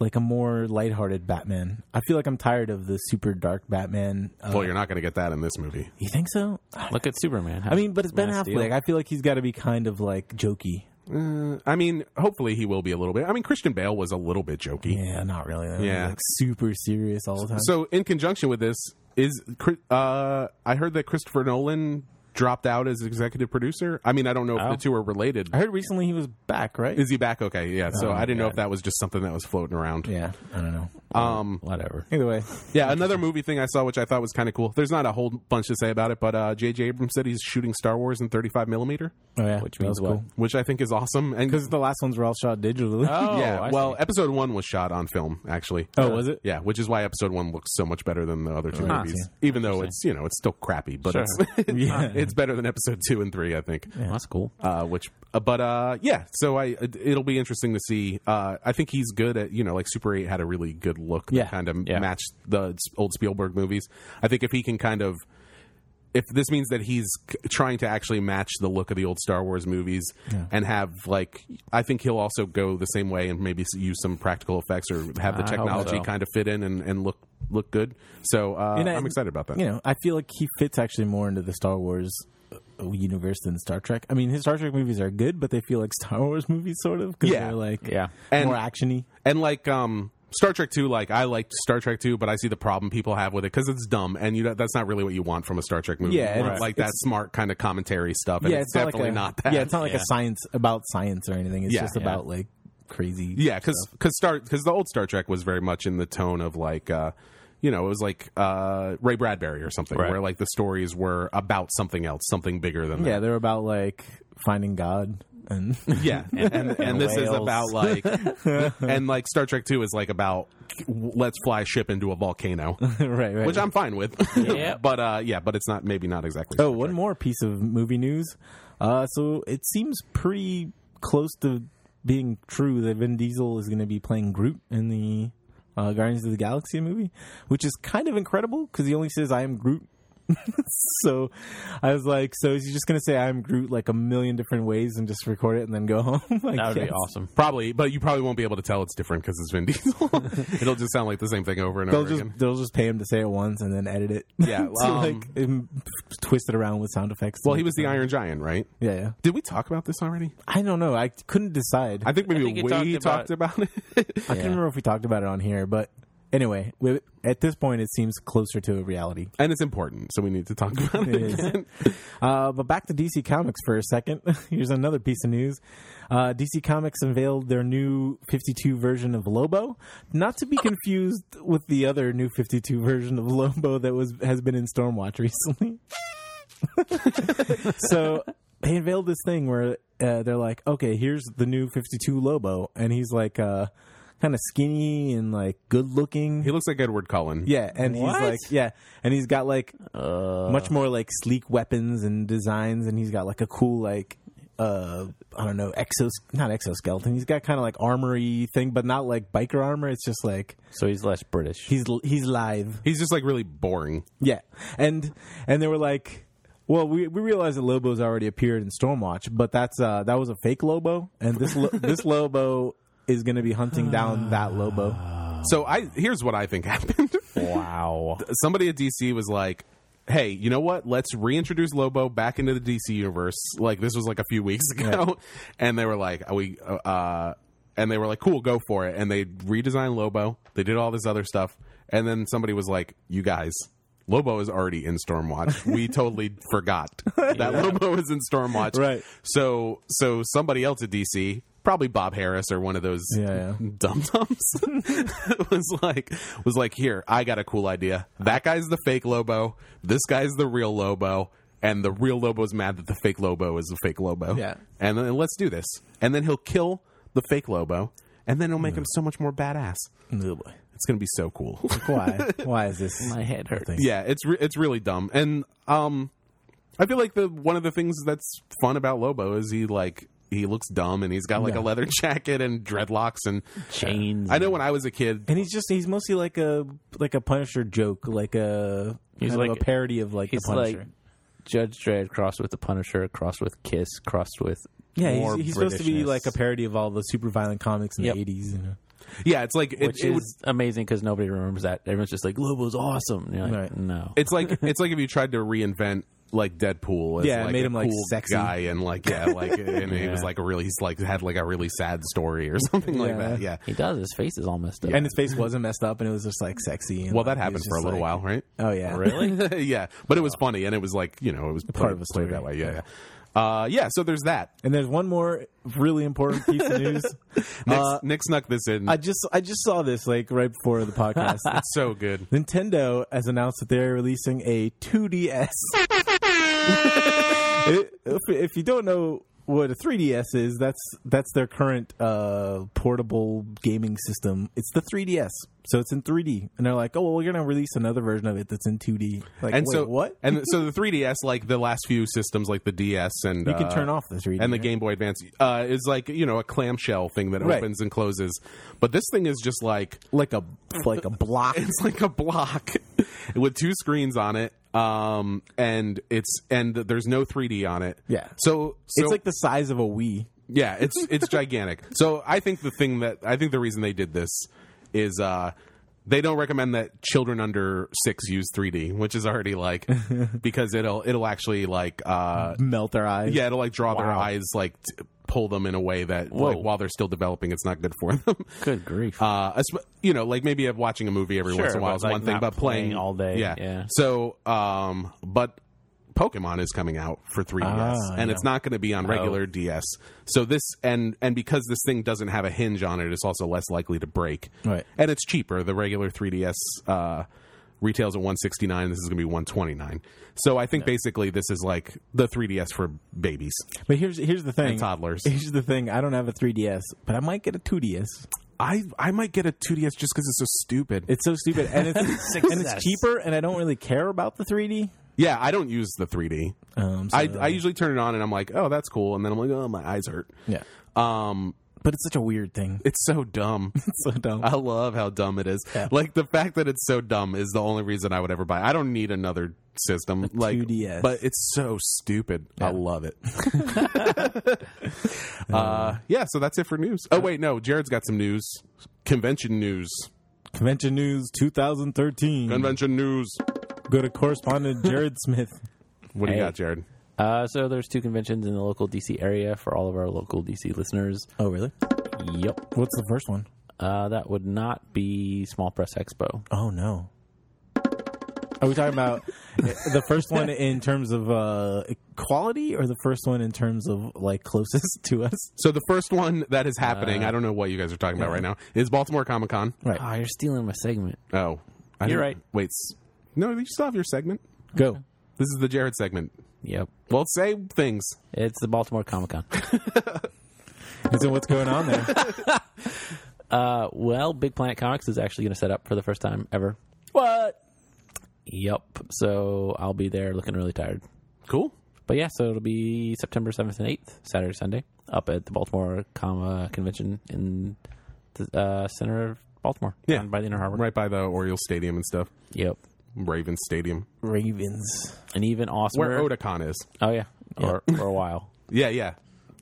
Speaker 2: like a more lighthearted Batman. I feel like I'm tired of the super dark Batman. Uh,
Speaker 1: Well, you're not going to get that in this movie.
Speaker 2: you think so?
Speaker 3: Look at Superman.
Speaker 2: I mean, but it's Ben
Speaker 3: Man of Steel.
Speaker 2: Affleck. I feel like he's got to be kind of like jokey.
Speaker 1: Uh, I mean, hopefully he will be a little bit. I mean, Christian Bale was a little bit jokey.
Speaker 2: Yeah, not really. though.
Speaker 1: Yeah.
Speaker 2: like super serious all the time.
Speaker 1: So, in conjunction with this, is Chri- uh, I heard that Christopher Nolan dropped out as executive producer. I mean, I don't know if
Speaker 3: Oh.
Speaker 1: the two are related.
Speaker 2: I heard recently he was back, right?
Speaker 1: Is he back? Okay, yeah. So
Speaker 2: Oh,
Speaker 1: I didn't know
Speaker 3: God.
Speaker 1: if that was just something that was floating around.
Speaker 2: yeah, I don't know.
Speaker 1: Um,
Speaker 3: whatever.
Speaker 2: Either way,
Speaker 1: yeah. Another movie thing I saw, which I thought was kind of cool. There's not a whole bunch to say about it, but uh, J.J. Abrams said he's shooting Star Wars in 35 millimeter,
Speaker 2: oh yeah,
Speaker 3: Which
Speaker 2: that
Speaker 3: means
Speaker 2: was
Speaker 3: what?
Speaker 2: cool.
Speaker 1: which I think is awesome. And
Speaker 2: Because the last ones were all shot digitally.
Speaker 3: Oh,
Speaker 1: yeah,
Speaker 3: I
Speaker 1: well,
Speaker 3: see.
Speaker 1: episode one was shot on film actually.
Speaker 2: Oh, was it? Oh,
Speaker 1: Yeah, which is why episode one looks so much better than the other two
Speaker 3: Huh.
Speaker 1: movies. Even though it's you know it's still crappy, but
Speaker 3: Sure.
Speaker 1: it's
Speaker 2: Yeah.
Speaker 1: it's better than episode two and three, I think.
Speaker 3: Well, that's cool.
Speaker 1: Uh, which, uh, but uh, yeah, so I it- it'll be interesting to see. Uh, I think he's good at you know like Super Eight had a really good look that
Speaker 2: Yeah.
Speaker 1: kind of
Speaker 3: Yeah.
Speaker 1: matched the s- old Spielberg movies. I think if he can kind of if this means that he's c- trying to actually match the look of the old Star Wars movies and have like I think he'll also go the same way and maybe s- use some practical effects or have the
Speaker 3: I hope
Speaker 1: technology
Speaker 3: so.
Speaker 1: kind of fit in and, and look look good. So uh,
Speaker 2: And I-
Speaker 1: I'm excited about that.
Speaker 2: you know, I feel like he fits actually more into the Star Wars uh, universe than Star Trek. I mean, his Star Trek movies are good, but they feel like Star Wars movies, sort of. 'cause
Speaker 1: Yeah.
Speaker 2: they're like
Speaker 3: Yeah.
Speaker 1: And-
Speaker 2: more actiony.
Speaker 1: And like um Star Trek 2, like I liked Star Trek 2, but I see the problem people have with it because it's dumb, and you know, that's not really what you want from a Star Trek movie.
Speaker 2: Yeah,
Speaker 1: You want,
Speaker 2: it's-
Speaker 1: like that smart kind of commentary stuff. And
Speaker 2: Yeah,
Speaker 1: it's,
Speaker 2: it's,
Speaker 1: definitely
Speaker 2: not
Speaker 1: not,
Speaker 2: like a,
Speaker 1: that.
Speaker 2: Yeah, it's not like
Speaker 3: Yeah.
Speaker 2: a science about science or anything. It's
Speaker 1: Yeah.
Speaker 2: just
Speaker 1: Yeah.
Speaker 2: about like crazy.
Speaker 1: Yeah, because Star because the old Star Trek was very much in the tone of like uh, you know it was like uh, Ray Bradbury or something
Speaker 3: Right.
Speaker 1: where like the stories were about something else, something bigger than
Speaker 2: yeah,
Speaker 1: that.
Speaker 2: they're about like finding God and
Speaker 1: Yeah, and and,
Speaker 3: and
Speaker 1: this is
Speaker 3: whales.
Speaker 1: about like and like Star Trek Two is like about let's fly a ship into a volcano,
Speaker 2: right, right.
Speaker 1: which I'm fine with.
Speaker 3: Yeah.
Speaker 1: but uh, yeah, but it's not maybe not exactly.
Speaker 2: Oh,
Speaker 1: Star
Speaker 2: one
Speaker 1: Trek.
Speaker 2: more piece of movie news. Uh, so it seems pretty close to being true that Vin Diesel is going to be playing Groot in the uh, Guardians of the Galaxy movie, which is kind of incredible because he only says "I am Groot." so I was like, so is he just going to say "I am Groot" like a million different ways and just record it and then go home? I
Speaker 3: That would
Speaker 2: guess.
Speaker 3: be awesome.
Speaker 1: Probably, but you probably won't be able to tell it's different because it's Vin Diesel. It'll just sound like the same thing over and
Speaker 2: They'll
Speaker 1: over
Speaker 2: just
Speaker 1: again.
Speaker 2: they'll just pay him to say it once and then edit it.
Speaker 1: Yeah,
Speaker 2: to
Speaker 1: um,
Speaker 2: like im- twist it around with sound effects.
Speaker 1: Well, he was the Iron Giant, right?
Speaker 2: yeah, yeah.
Speaker 1: Did we talk about this already?
Speaker 2: I don't know. I couldn't decide.
Speaker 1: I think maybe
Speaker 3: think you
Speaker 1: we talked
Speaker 3: talked
Speaker 1: about, it.
Speaker 2: I can't remember if we talked about it on here, but anyway, we, at this point, it seems closer to a reality.
Speaker 1: and it's important, so we need to talk about it.
Speaker 2: It is. Uh, but back to DC Comics for a second. Here's another piece of news. Uh, DC Comics unveiled their new 52 version of Lobo, not to be confused with the other new 52 version of Lobo that was has been in Stormwatch recently. so they unveiled this thing where uh, they're like, okay, here's the new 52 Lobo, and he's like. Uh, Kind of skinny and like good looking.
Speaker 1: He looks like Edward Cullen.
Speaker 2: Yeah, and
Speaker 3: What?
Speaker 2: he's like, yeah, and he's got like much more like sleek weapons and designs, and he's got like a cool like uh I don't know exos not exoskeleton. He's got kind of like armory thing, but not like biker armor. It's just like
Speaker 3: So he's less British.
Speaker 2: he's he's live.
Speaker 1: He's just like really boring.
Speaker 2: Yeah, and and they were like, well, we we realize that Lobo's already appeared in Stormwatch, but that's uh that was a fake Lobo, and this lo- this Lobo is going to be hunting down that Lobo.
Speaker 1: So I here's what I think happened.
Speaker 3: wow.
Speaker 1: Somebody at DC was like, "Hey, you know what? Let's reintroduce Lobo back into the DC universe." Like this was like a few weeks ago, and they were like, "Are we?" uh, Uh, and they were like, "Cool, go for it." And they redesigned Lobo. They did all this other stuff, and then somebody was like, "You guys." Lobo is already in Stormwatch. We totally forgot that Lobo is in Stormwatch.
Speaker 2: Right.
Speaker 1: So, so somebody else at DC, probably Bob Harris or one of those
Speaker 2: Yeah, yeah.
Speaker 1: dum dums was like was like here i got a cool idea that guy's the fake lobo this guy's the real lobo and the real lobo's mad that the fake lobo is the fake lobo
Speaker 2: Yeah.
Speaker 1: and then let's do this and then he'll kill the fake lobo and then he'll make him so much more badass
Speaker 2: Oh boy.
Speaker 1: it's gonna be so cool
Speaker 2: Why? Why is this?
Speaker 3: My head hurts.
Speaker 1: yeah it's re- it's really dumb and um i feel like the one of the things that's fun about lobo is he like he looks dumb and he's got like
Speaker 2: Yeah.
Speaker 1: a leather jacket and dreadlocks and
Speaker 3: Chains.
Speaker 1: I know when I was a kid,
Speaker 2: And he's just he's mostly like a like a Punisher joke, like a
Speaker 3: He's
Speaker 2: kind of
Speaker 3: like-
Speaker 2: a parody of like the
Speaker 3: He's
Speaker 2: Punisher.
Speaker 3: like Judge Dredd crossed with the Punisher, crossed with Kiss, crossed with
Speaker 2: yeah,
Speaker 3: more
Speaker 2: he's, he's supposed to be
Speaker 3: Britishness.
Speaker 2: like a parody of all the super violent comics in
Speaker 3: Yep.
Speaker 2: the eighties. You know?
Speaker 1: yeah, it's like it,
Speaker 3: which
Speaker 1: it would-
Speaker 3: is amazing because nobody remembers that. Everyone's just like, "Lobo is awesome." And you're like,
Speaker 2: Right.
Speaker 3: "No."
Speaker 1: it's like it's like if you tried to reinvent like Deadpool. As,
Speaker 2: Yeah, it
Speaker 1: like,
Speaker 2: made
Speaker 1: a
Speaker 2: him, like,
Speaker 1: cool
Speaker 2: sexy.
Speaker 1: guy, and like yeah, like and he was
Speaker 3: Yeah.
Speaker 1: like a really he's like had like a really sad story or something like
Speaker 2: Yeah.
Speaker 1: that. Yeah.
Speaker 3: he does. His face is all messed up.
Speaker 2: And his face wasn't messed up, and it was just like sexy. And,
Speaker 1: Well, that
Speaker 2: like, he
Speaker 1: happened
Speaker 2: was
Speaker 1: for a
Speaker 2: just,
Speaker 1: little
Speaker 2: like-
Speaker 1: while, right?
Speaker 2: Oh yeah,
Speaker 1: Really? yeah, but it was funny, and it was like you know it was
Speaker 2: Part of a
Speaker 1: played
Speaker 2: story.
Speaker 1: that way. Yeah, yeah. Uh, yeah. So there's that.
Speaker 2: And there's one more really important piece of news.
Speaker 1: Nick,
Speaker 2: Uh,
Speaker 1: Nick snuck this in.
Speaker 2: I just I just saw this like right before the podcast.
Speaker 1: it's so good.
Speaker 2: Nintendo has announced that they're releasing a 2DS. if, if you don't know what a 3DS is, that's that's their current uh, portable gaming system. It's the 3DS, so it's in 3D, and they're like, oh, well, we're gonna release another version of it that's in 2D. Like,
Speaker 1: And
Speaker 2: wait,
Speaker 1: so
Speaker 2: what?
Speaker 1: And so the 3DS, like the last few systems, like the DS and
Speaker 2: You can
Speaker 1: uh,
Speaker 2: turn off the 3D
Speaker 1: and the
Speaker 2: right?
Speaker 1: Game Boy Advance uh, is like you know a clamshell thing that
Speaker 2: Right.
Speaker 1: opens and closes, but this thing is just like
Speaker 2: like a like a block.
Speaker 1: it's like a block with two screens on it, um, and it's and there's no 3D on it.
Speaker 2: Yeah.
Speaker 1: so, so
Speaker 2: it's like the size of a Wii.
Speaker 1: yeah, it's it's gigantic. So I think the thing that I think the reason they did this is uh they don't recommend that children under 6 use 3D, which is already like because it'll it'll actually like uh
Speaker 2: Melt their eyes.
Speaker 1: yeah, it'll like draw their
Speaker 2: Wow.
Speaker 1: eyes like t- pull them in a way that like
Speaker 3: Whoa.
Speaker 1: while they're still developing it's not good for them.
Speaker 3: Good grief.
Speaker 1: Uh, esp- you know, like maybe if watching a movie every
Speaker 3: Sure,
Speaker 1: once in a while
Speaker 3: but,
Speaker 1: is
Speaker 3: like,
Speaker 1: one thing,
Speaker 3: not
Speaker 1: but playing,
Speaker 3: playing all day,
Speaker 1: yeah.
Speaker 3: yeah.
Speaker 1: So, um, but Pokemon is coming out for 3DS,
Speaker 2: Ah,
Speaker 1: and
Speaker 2: yeah.
Speaker 1: it's not going to be
Speaker 3: Oh.
Speaker 1: on regular DS. So this and and because this thing doesn't have a hinge on it, it's also less likely to break.
Speaker 2: Right.
Speaker 1: and it's cheaper. The regular 3DS. Uh, retails at 169 this is going to be 129 so i think basically this is like the 3ds for babies
Speaker 2: But here's here's the thing.
Speaker 1: And toddlers.
Speaker 2: Here's the thing. I don't have a 3DS, but I might get a 2DS.
Speaker 1: i i might get a 2ds just because it's so stupid
Speaker 2: It's so stupid, and it's and
Speaker 3: Success.
Speaker 2: it's cheaper, and I don't really care about the 3D.
Speaker 1: yeah i don't use the 3d
Speaker 2: Um, so,
Speaker 1: I, I usually turn it on and I'm like, oh, that's cool, and then I'm like, oh, my eyes hurt.
Speaker 2: yeah,
Speaker 1: Um,
Speaker 2: but it's such a weird thing.
Speaker 1: it's so dumb.
Speaker 2: It's uh, so dumb.
Speaker 1: I love how dumb it is. Like the fact that it's so dumb is the only reason I would ever buy. it. I don't need another system like
Speaker 2: 2DS.
Speaker 1: but it's so stupid. I love it. uh, yeah, so that's it for news. Oh wait, no, Jared's got some news. Convention news.
Speaker 2: Convention News 2013.
Speaker 1: Convention news.
Speaker 2: Go to correspondent Jared Smith.
Speaker 1: What do you
Speaker 3: Hey.
Speaker 1: got, Jared?
Speaker 3: Uh, so there's two conventions in the local DC area for all of our local DC listeners.
Speaker 2: Oh, really?
Speaker 3: Yep.
Speaker 2: What's the first one?
Speaker 3: Uh, that would not be Small Press Expo.
Speaker 2: Oh no. Are we talking about the first one in terms of uh, quality, or the first one in terms of like closest to us?
Speaker 1: So the first one that is happening, I don't know what you guys are talking about right now, is Baltimore Comic Con.
Speaker 2: Right.
Speaker 3: Ah, you're stealing my segment.
Speaker 1: Oh, I
Speaker 3: You're
Speaker 1: didn't-
Speaker 3: right.
Speaker 1: Wait, s- no, you still have your segment.
Speaker 2: Go.
Speaker 1: This is the Jared segment.
Speaker 3: Yep.
Speaker 1: Well, say things.
Speaker 3: It's the Baltimore Comic Con.
Speaker 2: And so what's going on there?
Speaker 3: Uh, well, Big Planet Comics is actually going to set up for the first time ever. What? Yep. So I'll be there looking really tired.
Speaker 1: Cool.
Speaker 3: But yeah, so it'll be September 7th and 8th, Saturday, Sunday, up at the Baltimore comma Convention in the uh, center of Baltimore,
Speaker 1: Yeah.
Speaker 3: down by the Inner Harbor.
Speaker 1: Right by the Orioles Stadium and stuff.
Speaker 3: Yep.
Speaker 1: Ravens Stadium,
Speaker 2: Ravens.
Speaker 3: And even awesomer.
Speaker 1: where Otakon is.
Speaker 3: oh, yeah. Or, for a while.
Speaker 1: Yeah, yeah.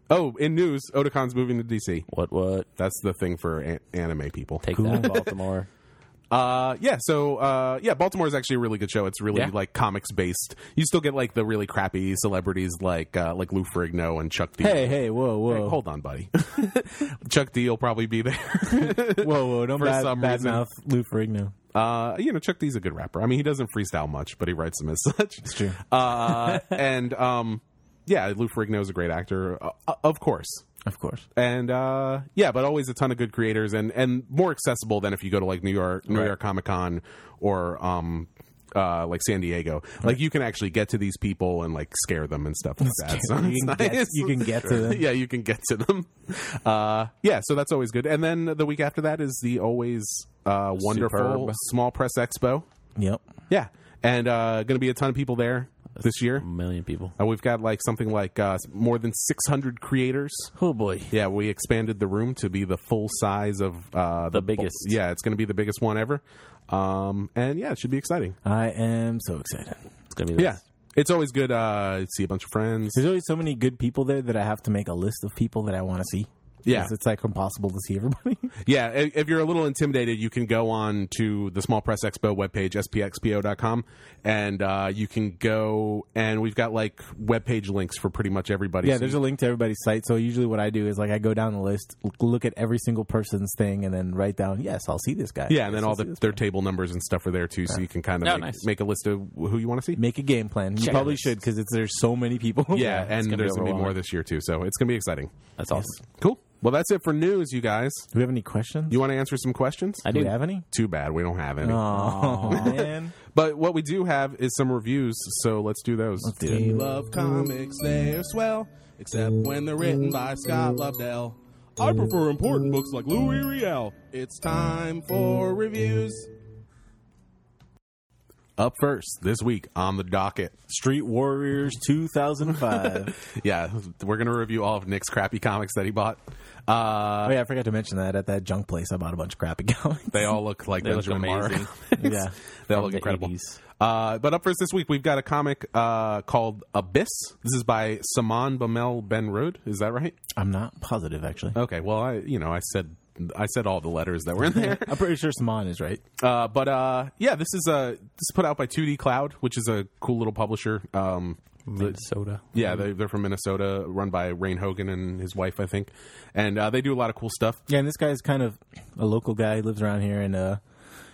Speaker 1: Oh, in news, Otakon's moving to DC.
Speaker 3: What, what?
Speaker 1: That's the thing for an- anime people.
Speaker 3: Take that, Baltimore.
Speaker 1: Uh, yeah. So, uh, yeah, Baltimore is actually a really good show. It's really
Speaker 3: Yeah.
Speaker 1: like comics based. You still get like the really crappy celebrities like uh, like Lou Ferrigno and Chuck D.
Speaker 2: Hey, hey, whoa, whoa.
Speaker 1: Hey, hold on, buddy. Chuck D will probably be there.
Speaker 2: Whoa, whoa, don't bad,
Speaker 1: some
Speaker 2: bad
Speaker 1: reason.
Speaker 2: mouth Lou Ferrigno.
Speaker 1: Uh, you know, Chuck D's a good rapper. I mean, he doesn't freestyle much, but he writes them as such. It's
Speaker 2: true.
Speaker 1: Uh, and um, yeah, Lou Ferrigno is a great actor, uh, of course.
Speaker 2: Of course.
Speaker 1: And uh, yeah, but always a ton of good creators and and more accessible than if you go to like New York New York Comic Con or um. Uh, like San Diego, like you can actually get to these people and like scare them and stuff like that. So
Speaker 2: You
Speaker 1: it's
Speaker 2: can get-
Speaker 1: nice.
Speaker 2: you can get to them.
Speaker 1: yeah, you can get to them. Uh, yeah, so that's always good. And then the week after that is the always uh, wonderful
Speaker 3: Superb.
Speaker 1: Small Press Expo.
Speaker 2: Yep.
Speaker 1: Yeah, and uh, going to be a ton of people there this year.
Speaker 3: A million people.
Speaker 1: Uh, we've got like something like uh, more than 600 creators.
Speaker 3: Oh, boy.
Speaker 1: Yeah, we expanded the room to be the full size of uh,
Speaker 3: The biggest.
Speaker 1: yeah, it's going to be the biggest one ever. Um, and yeah, it should be exciting.
Speaker 2: I am so excited.
Speaker 3: It's going to be
Speaker 1: Yeah,
Speaker 3: this.
Speaker 1: it's always good uh, to see a bunch of friends.
Speaker 2: There's always so many good people there that I have to make a list of people that I want to see.
Speaker 1: Yeah.
Speaker 2: 'cause it's like impossible to see everybody.
Speaker 1: Yeah, i- if you're a little intimidated, you can go on to the Small Press Expo webpage, spxpo.com, and uh, you can go and we've got like webpage links for pretty much everybody.
Speaker 2: yeah,
Speaker 1: So
Speaker 2: there's a link to everybody's site. So usually what I do is like I go down the list, l- look at every single person's thing, and then write down, yes, I'll see this guy.
Speaker 1: yeah, and then
Speaker 2: Yes,
Speaker 1: all
Speaker 2: I'll
Speaker 1: the,
Speaker 2: see this
Speaker 1: their
Speaker 2: guy.
Speaker 1: table numbers and stuff are there too, so you can kind of
Speaker 3: Oh,
Speaker 1: make,
Speaker 3: nice.
Speaker 1: make a list of who you want to see.
Speaker 2: make a game plan. You probably
Speaker 3: Checklist.
Speaker 2: should because it's there's so many people.
Speaker 1: Yeah, and
Speaker 3: gonna be
Speaker 1: there's going to be more
Speaker 3: overwhelming.
Speaker 1: this year too, so it's going to be exciting.
Speaker 3: That's awesome.
Speaker 1: Cool. Well, that's it for news, you guys.
Speaker 2: do we have any questions?
Speaker 1: You want to answer some questions?
Speaker 3: I
Speaker 2: do
Speaker 3: do.
Speaker 2: we have any?
Speaker 1: Too bad we don't have any.
Speaker 2: Oh man.
Speaker 1: But what we do have is some reviews, so let's do those.
Speaker 2: do it.
Speaker 4: We love comics, they're swell, except when they're written by Scott Lobdell. I prefer important books like Louis Riel. It's time for reviews.
Speaker 1: Up first this week on the docket.
Speaker 2: Street Warriors 2005.
Speaker 1: Yeah, we're gonna review all of Nick's crappy comics that he bought. Uh,
Speaker 2: oh yeah, I forgot to mention that at that junk place I bought a bunch of crappy comics.
Speaker 1: they all look like
Speaker 3: They look
Speaker 1: Benjamin Mara
Speaker 3: amazing.
Speaker 1: comics.
Speaker 2: Yeah.
Speaker 1: they all
Speaker 3: From
Speaker 1: look
Speaker 3: the
Speaker 1: incredible.
Speaker 3: 80s.
Speaker 1: Uh, but up first this week, we've got a comic uh, called Abyss. This is by Saman Bamel Ben Rood. Is that right?
Speaker 2: I'm not positive actually.
Speaker 1: Okay. Well, I you know I said I said all the letters that were in there.
Speaker 2: I'm pretty sure Saman is right.
Speaker 1: Uh, but uh, yeah, this is uh, this is put out by 2D Cloud, which is a cool little publisher. Um,
Speaker 3: Minnesota.
Speaker 1: yeah, they're, they're from Minnesota, run by Rain Hogan and his wife, I think, and uh, they do a lot of cool stuff.
Speaker 2: Yeah, and this guy's kind of a local guy. He lives around here, and uh,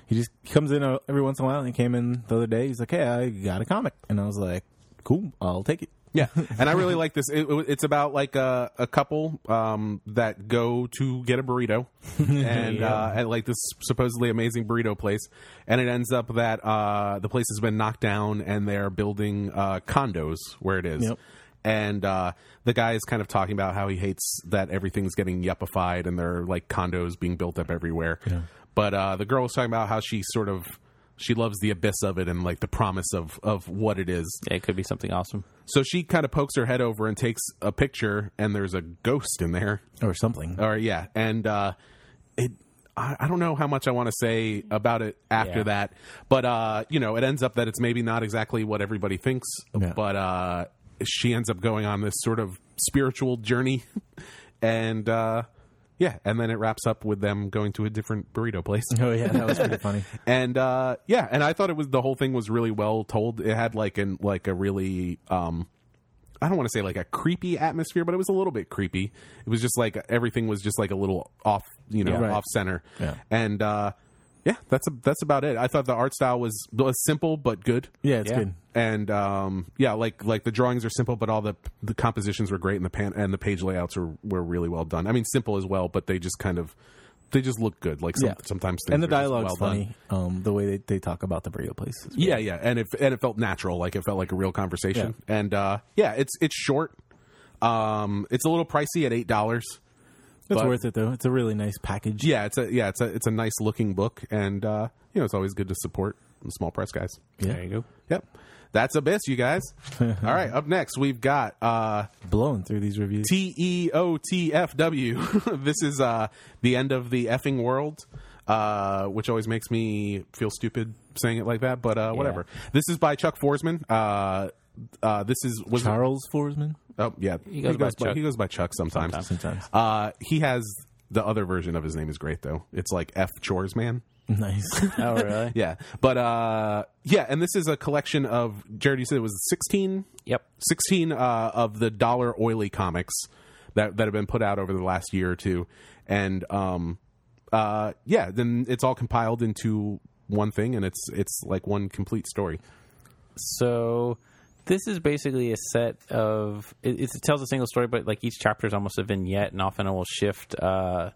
Speaker 2: he just he comes in uh, every once in a while. And he came in the other day. He's like, "Hey, I got a comic," and I was like, "Cool, I'll take it."
Speaker 1: Yeah, and I really like this. It, it- it's about like a, a couple um, that go to get a burrito, and uh, at like this supposedly amazing burrito place, and it ends up that uh, the place has been knocked down, and they're building uh, condos where it is.
Speaker 2: Yep.
Speaker 1: And uh, the guy is kind of talking about how he hates that everything's getting yuppified and there are like condos being built up everywhere. But uh, the girl was talking about how she sort of she loves the abyss of it and like the promise of of what it is.
Speaker 3: Yeah, it could be something awesome.
Speaker 1: So she kind of pokes her head over and takes a picture, and there's a ghost in there.
Speaker 2: Or something.
Speaker 1: Or yeah, and uh, it. I I don't know how much I want to say about it after
Speaker 3: Yeah.
Speaker 1: that, but uh, you know, it ends up that it's maybe not exactly what everybody thinks.
Speaker 2: Yeah.
Speaker 1: But uh, she ends up going on this sort of spiritual journey, and uh, yeah, and then it wraps up with them going to a different burrito place.
Speaker 2: Oh yeah, that was pretty funny.
Speaker 1: and uh yeah and i thought it was the whole thing was really well told it had like an like a really um i don't want to say like a creepy atmosphere but it was a little bit creepy it was just like everything was just like a little off you know
Speaker 2: Yeah. Right.
Speaker 1: off center
Speaker 2: Yeah.
Speaker 1: and uh yeah that's a, that's about it i thought the art style was, was simple but good
Speaker 2: Yeah, it's
Speaker 3: Yeah.
Speaker 2: good.
Speaker 1: and um yeah like like the drawings are simple but all the the compositions were great and the pan and the page layouts were were really well done i mean simple as well but they just kind of they just look good like some,
Speaker 2: Yeah.
Speaker 1: sometimes things
Speaker 2: And the
Speaker 1: are just
Speaker 2: dialogue's
Speaker 1: well done.
Speaker 2: funny. Um, the way they, they talk about the burrito place. is-
Speaker 1: Yeah, yeah, and it and it felt natural, like it felt like a real conversation. And uh, yeah, it's it's short. Um, it's a little pricey at eight dollars.
Speaker 2: It's
Speaker 1: But-
Speaker 2: worth it though. It's a really nice package.
Speaker 1: Yeah, it's a yeah, it's a it's a nice looking book, and uh, you know it's always good to support the small press guys.
Speaker 2: Yeah.
Speaker 3: There you go.
Speaker 1: Yep, that's abyss, you guys. All right, up next we've got uh,
Speaker 2: Blowing through these reviews.
Speaker 1: T E O T F W. This is uh, the end of the effing world, uh, which always makes me feel stupid saying it like that, but uh, whatever. This is by Chuck Forsman. Uh, uh, this is was
Speaker 2: Charles Forsman.
Speaker 1: Oh yeah, he
Speaker 3: goes by Chuck.
Speaker 1: he goes by Chuck sometimes.
Speaker 2: Sometimes.
Speaker 1: Uh, he has the other version of his name is great though. It's like F Chores Man.
Speaker 2: Nice.
Speaker 3: Oh, really?
Speaker 1: Yeah, but uh, yeah, and this is a collection of Jared. You said it was sixteen.
Speaker 3: Yep.
Speaker 1: 16 uh, of the dollar oily comics that, that have been put out over the last year or two and um uh yeah then it's all compiled into one thing and it's it's like one complete story
Speaker 3: So this is basically a set of it, it tells a single story, but like each chapter is almost a vignette, and often it will shift uh,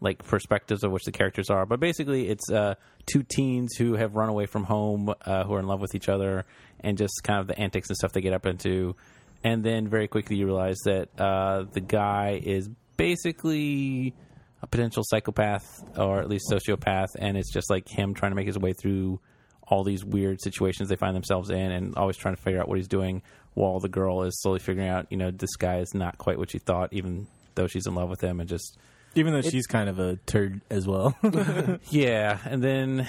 Speaker 3: like perspectives of which the characters are. But basically, it's uh, two teens who have run away from home, uh, who are in love with each other, and just kind of the antics and stuff they get up into. And then very quickly you realize that uh, the guy is basically a potential psychopath or at least sociopath, and it's just like him trying to make his way through all these weird situations they find themselves in, and always trying to figure out what he's doing. While the girl is slowly figuring out, you know, this guy is not quite what she thought, even though she's in love with him, and just
Speaker 2: Even though she's kind of a turd as well.
Speaker 3: yeah, and then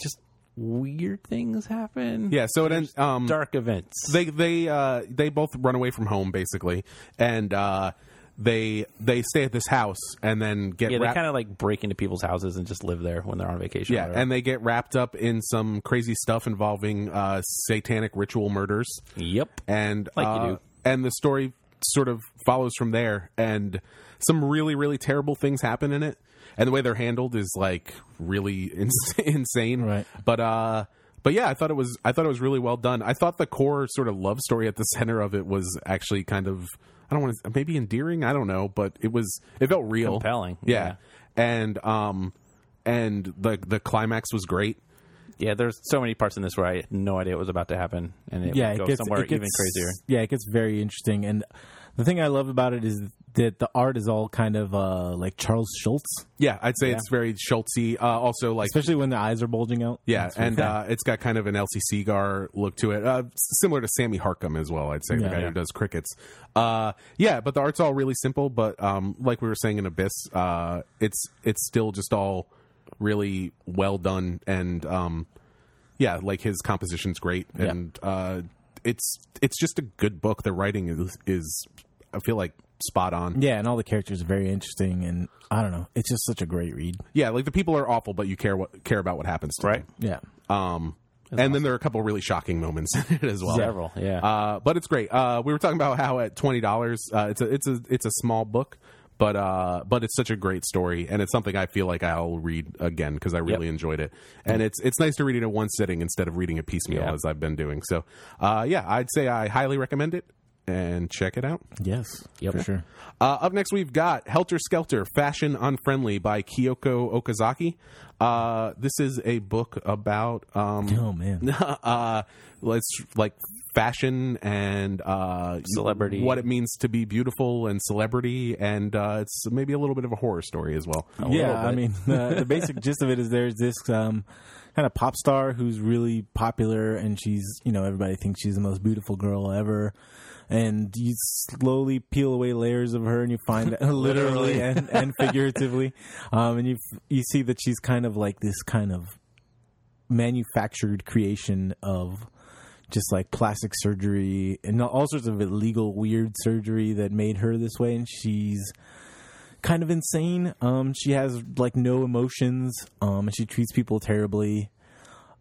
Speaker 3: just weird things happen.
Speaker 1: yeah so it ends um
Speaker 3: dark events.
Speaker 1: they they uh they both run away from home basically and uh they they stay at this house and then get
Speaker 3: Yeah, they
Speaker 1: wrapped.
Speaker 3: kind of like break into people's houses and just live there when they're on vacation. or
Speaker 1: yeah,
Speaker 3: whatever.
Speaker 1: and they get wrapped up in some crazy stuff involving uh, satanic ritual murders.
Speaker 3: yep.
Speaker 1: and
Speaker 3: Like you
Speaker 1: uh,
Speaker 3: do.
Speaker 1: and the story sort of follows from there and some really really terrible things happen in it and the way they're handled is like really ins- insane
Speaker 2: Right.
Speaker 1: but uh but yeah i thought it was i thought it was really well done i thought the core sort of love story at the center of it was actually kind of i don't want to maybe endearing i don't know but it was it felt real
Speaker 3: Compelling,
Speaker 1: yeah, and um and the the climax was great
Speaker 3: Yeah, there's so many parts in this where I had no idea what was about to happen, and it
Speaker 2: yeah,
Speaker 3: would
Speaker 2: it
Speaker 3: go
Speaker 2: gets,
Speaker 3: somewhere
Speaker 2: it gets-
Speaker 3: even crazier.
Speaker 2: Yeah, it gets very interesting. And the thing I love about it is that the art is all kind of uh, like Charles Schultz,
Speaker 1: yeah i'd say it's very schultzy uh also like
Speaker 2: especially when the eyes are bulging out.
Speaker 1: Yeah,
Speaker 2: It's-
Speaker 1: and uh, it's got kind of an Elsie Segar look to it, uh, s- similar to Sammy Harkham as well. I'd say the
Speaker 2: Yeah.
Speaker 1: guy
Speaker 2: Yeah.
Speaker 1: who does crickets. Uh, yeah, but the art's all really simple. But um, like we were saying in Abyss, uh, it's it's still just all really well done, and um, yeah, like his composition's great, and uh, it's it's just a good book. The writing is is I feel like spot
Speaker 3: Mm-hmm.
Speaker 1: on.
Speaker 2: yeah, and all the characters are very interesting. And I don't know, it's just such a great read.
Speaker 1: Yeah, like the people are awful, but you care what care about what happens to
Speaker 3: Right.
Speaker 1: them.
Speaker 2: Yeah,
Speaker 1: Um, and then there are a couple really shocking moments in it as well.
Speaker 3: Several, yeah.
Speaker 1: Uh, but it's great. Uh, we were talking about how at twenty dollars, uh, it's a it's a it's a small book, but uh, but it's such a great story, and it's something I feel like I'll read again because I really enjoyed it, and it's it's nice to read it in one sitting instead of reading it piecemeal
Speaker 3: Mm-hmm. Yeah.
Speaker 1: as I've been doing. So, uh, yeah, I'd say I highly recommend it and check it out.
Speaker 2: yes, for sure.
Speaker 1: Uh, up next, we've got Helter Skelter Fashion Unfriendly by Kyoko Okazaki. Uh, this is a book about. Um,
Speaker 2: Oh man,
Speaker 1: uh, it's like fashion and uh,
Speaker 3: Celebrity.
Speaker 1: what it means to be beautiful and celebrity, and uh, it's maybe a little bit of a horror story as well.
Speaker 2: yeah, I mean, the, the basic gist of it is there's this um, kind of pop star who's really popular, and she's, you know, everybody thinks she's the most beautiful girl ever. And you slowly peel away layers of her, and you find that literally and, and figuratively, um, and you f- you see that she's kind of like this kind of manufactured creation of just like plastic surgery and all sorts of illegal weird surgery that made her this way and she's kind of insane um she has like no emotions um and she treats people terribly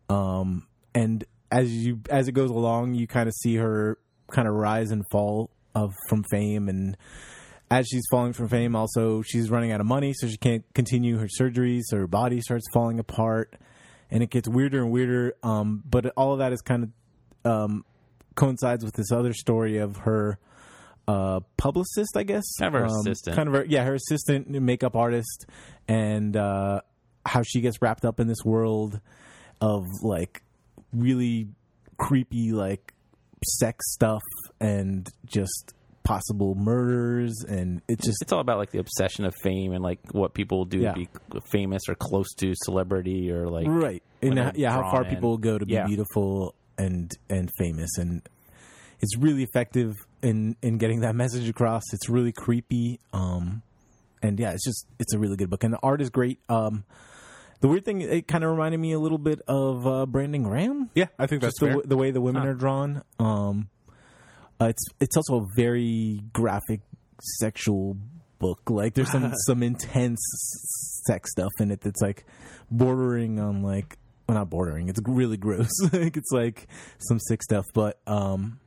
Speaker 2: um and as you as it goes along you kind of see her kind of rise and fall of from fame and as she's falling from fame also she's running out of money so she can't continue her surgeries so her body starts falling apart and it gets weirder and weirder um, but all of that is kind of um, coincides with this other story of her uh, publicist i guess
Speaker 3: Kind of her
Speaker 2: Um,
Speaker 3: assistant.
Speaker 2: kind of her, yeah her assistant makeup artist and uh, how she gets wrapped up in this world of like really creepy like sex stuff and just possible murders and it just
Speaker 3: it's all about like the obsession of fame and like what people do
Speaker 2: Yeah.
Speaker 3: to be famous or close to celebrity or like
Speaker 2: right and
Speaker 3: they're
Speaker 2: how- yeah how
Speaker 3: drawn
Speaker 2: far
Speaker 3: in.
Speaker 2: people go to be
Speaker 3: Yeah.
Speaker 2: beautiful and and famous and it's really effective in in getting that message across it's really creepy um and yeah it's just it's a really good book and the art is great um the weird thing it kind of reminded me a little bit of uh brandon graham
Speaker 1: Yeah, I think that's
Speaker 2: just the,
Speaker 1: fair. Ah.
Speaker 2: w- the way the women are drawn. Um, uh, it's it's also a very graphic sexual book. Like there's some some intense sex stuff in it that's like bordering on like well not bordering. It's really gross. like it's like some sick stuff, but um,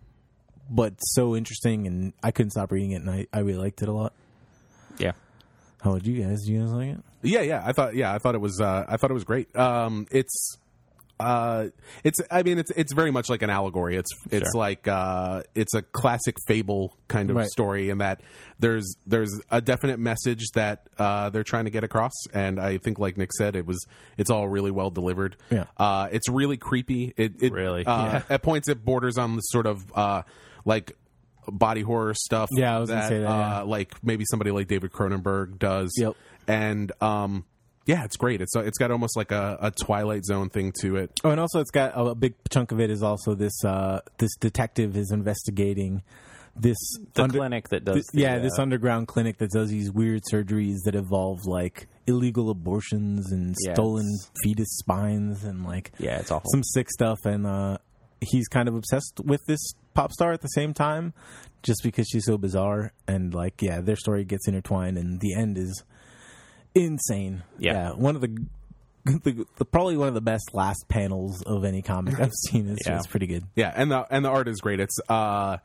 Speaker 2: but so interesting, and I couldn't stop reading it, and I I really liked it a lot.
Speaker 3: yeah.
Speaker 2: How would you guys? Do you guys like it?
Speaker 1: Yeah, yeah. I thought yeah, I thought it was uh I thought it was great. Um it's uh it's I mean it's it's very much like an allegory. It's it's
Speaker 3: Sure.
Speaker 1: like uh it's a classic fable kind of
Speaker 2: Right.
Speaker 1: story in that there's there's a definite message that uh they're trying to get across and I think like Nick said it was it's all really well delivered.
Speaker 2: Yeah.
Speaker 1: Uh it's really creepy. It, it
Speaker 3: Really?
Speaker 1: uh, at points it borders on the sort of uh like body horror stuff
Speaker 2: Yeah, I was gonna say that,
Speaker 1: uh,
Speaker 2: yeah.
Speaker 1: uh, like maybe somebody like David Cronenberg does.
Speaker 2: Yep.
Speaker 1: And um, yeah, it's great. It's it's got almost like a, a Twilight Zone thing to it.
Speaker 2: Oh, and also it's got a big chunk of it is also this uh, this detective is investigating this
Speaker 3: The
Speaker 2: under-
Speaker 3: clinic that does the,
Speaker 2: yeah,
Speaker 3: uh,
Speaker 2: this underground clinic that does these weird surgeries that involve like illegal abortions and
Speaker 3: Yeah,
Speaker 2: stolen
Speaker 3: it's-
Speaker 2: fetus spines and like
Speaker 3: yeah, it's awful.
Speaker 2: some sick stuff and uh he's kind of obsessed with this pop star at the same time, just because she's so bizarre and like yeah, their story gets intertwined and the end is insane.
Speaker 3: Yeah.
Speaker 2: one of the, the, the probably one of the best last panels of any comic I've seen. It's
Speaker 3: Yeah.
Speaker 2: just pretty good.
Speaker 1: Yeah, and the and the art is great. It's uh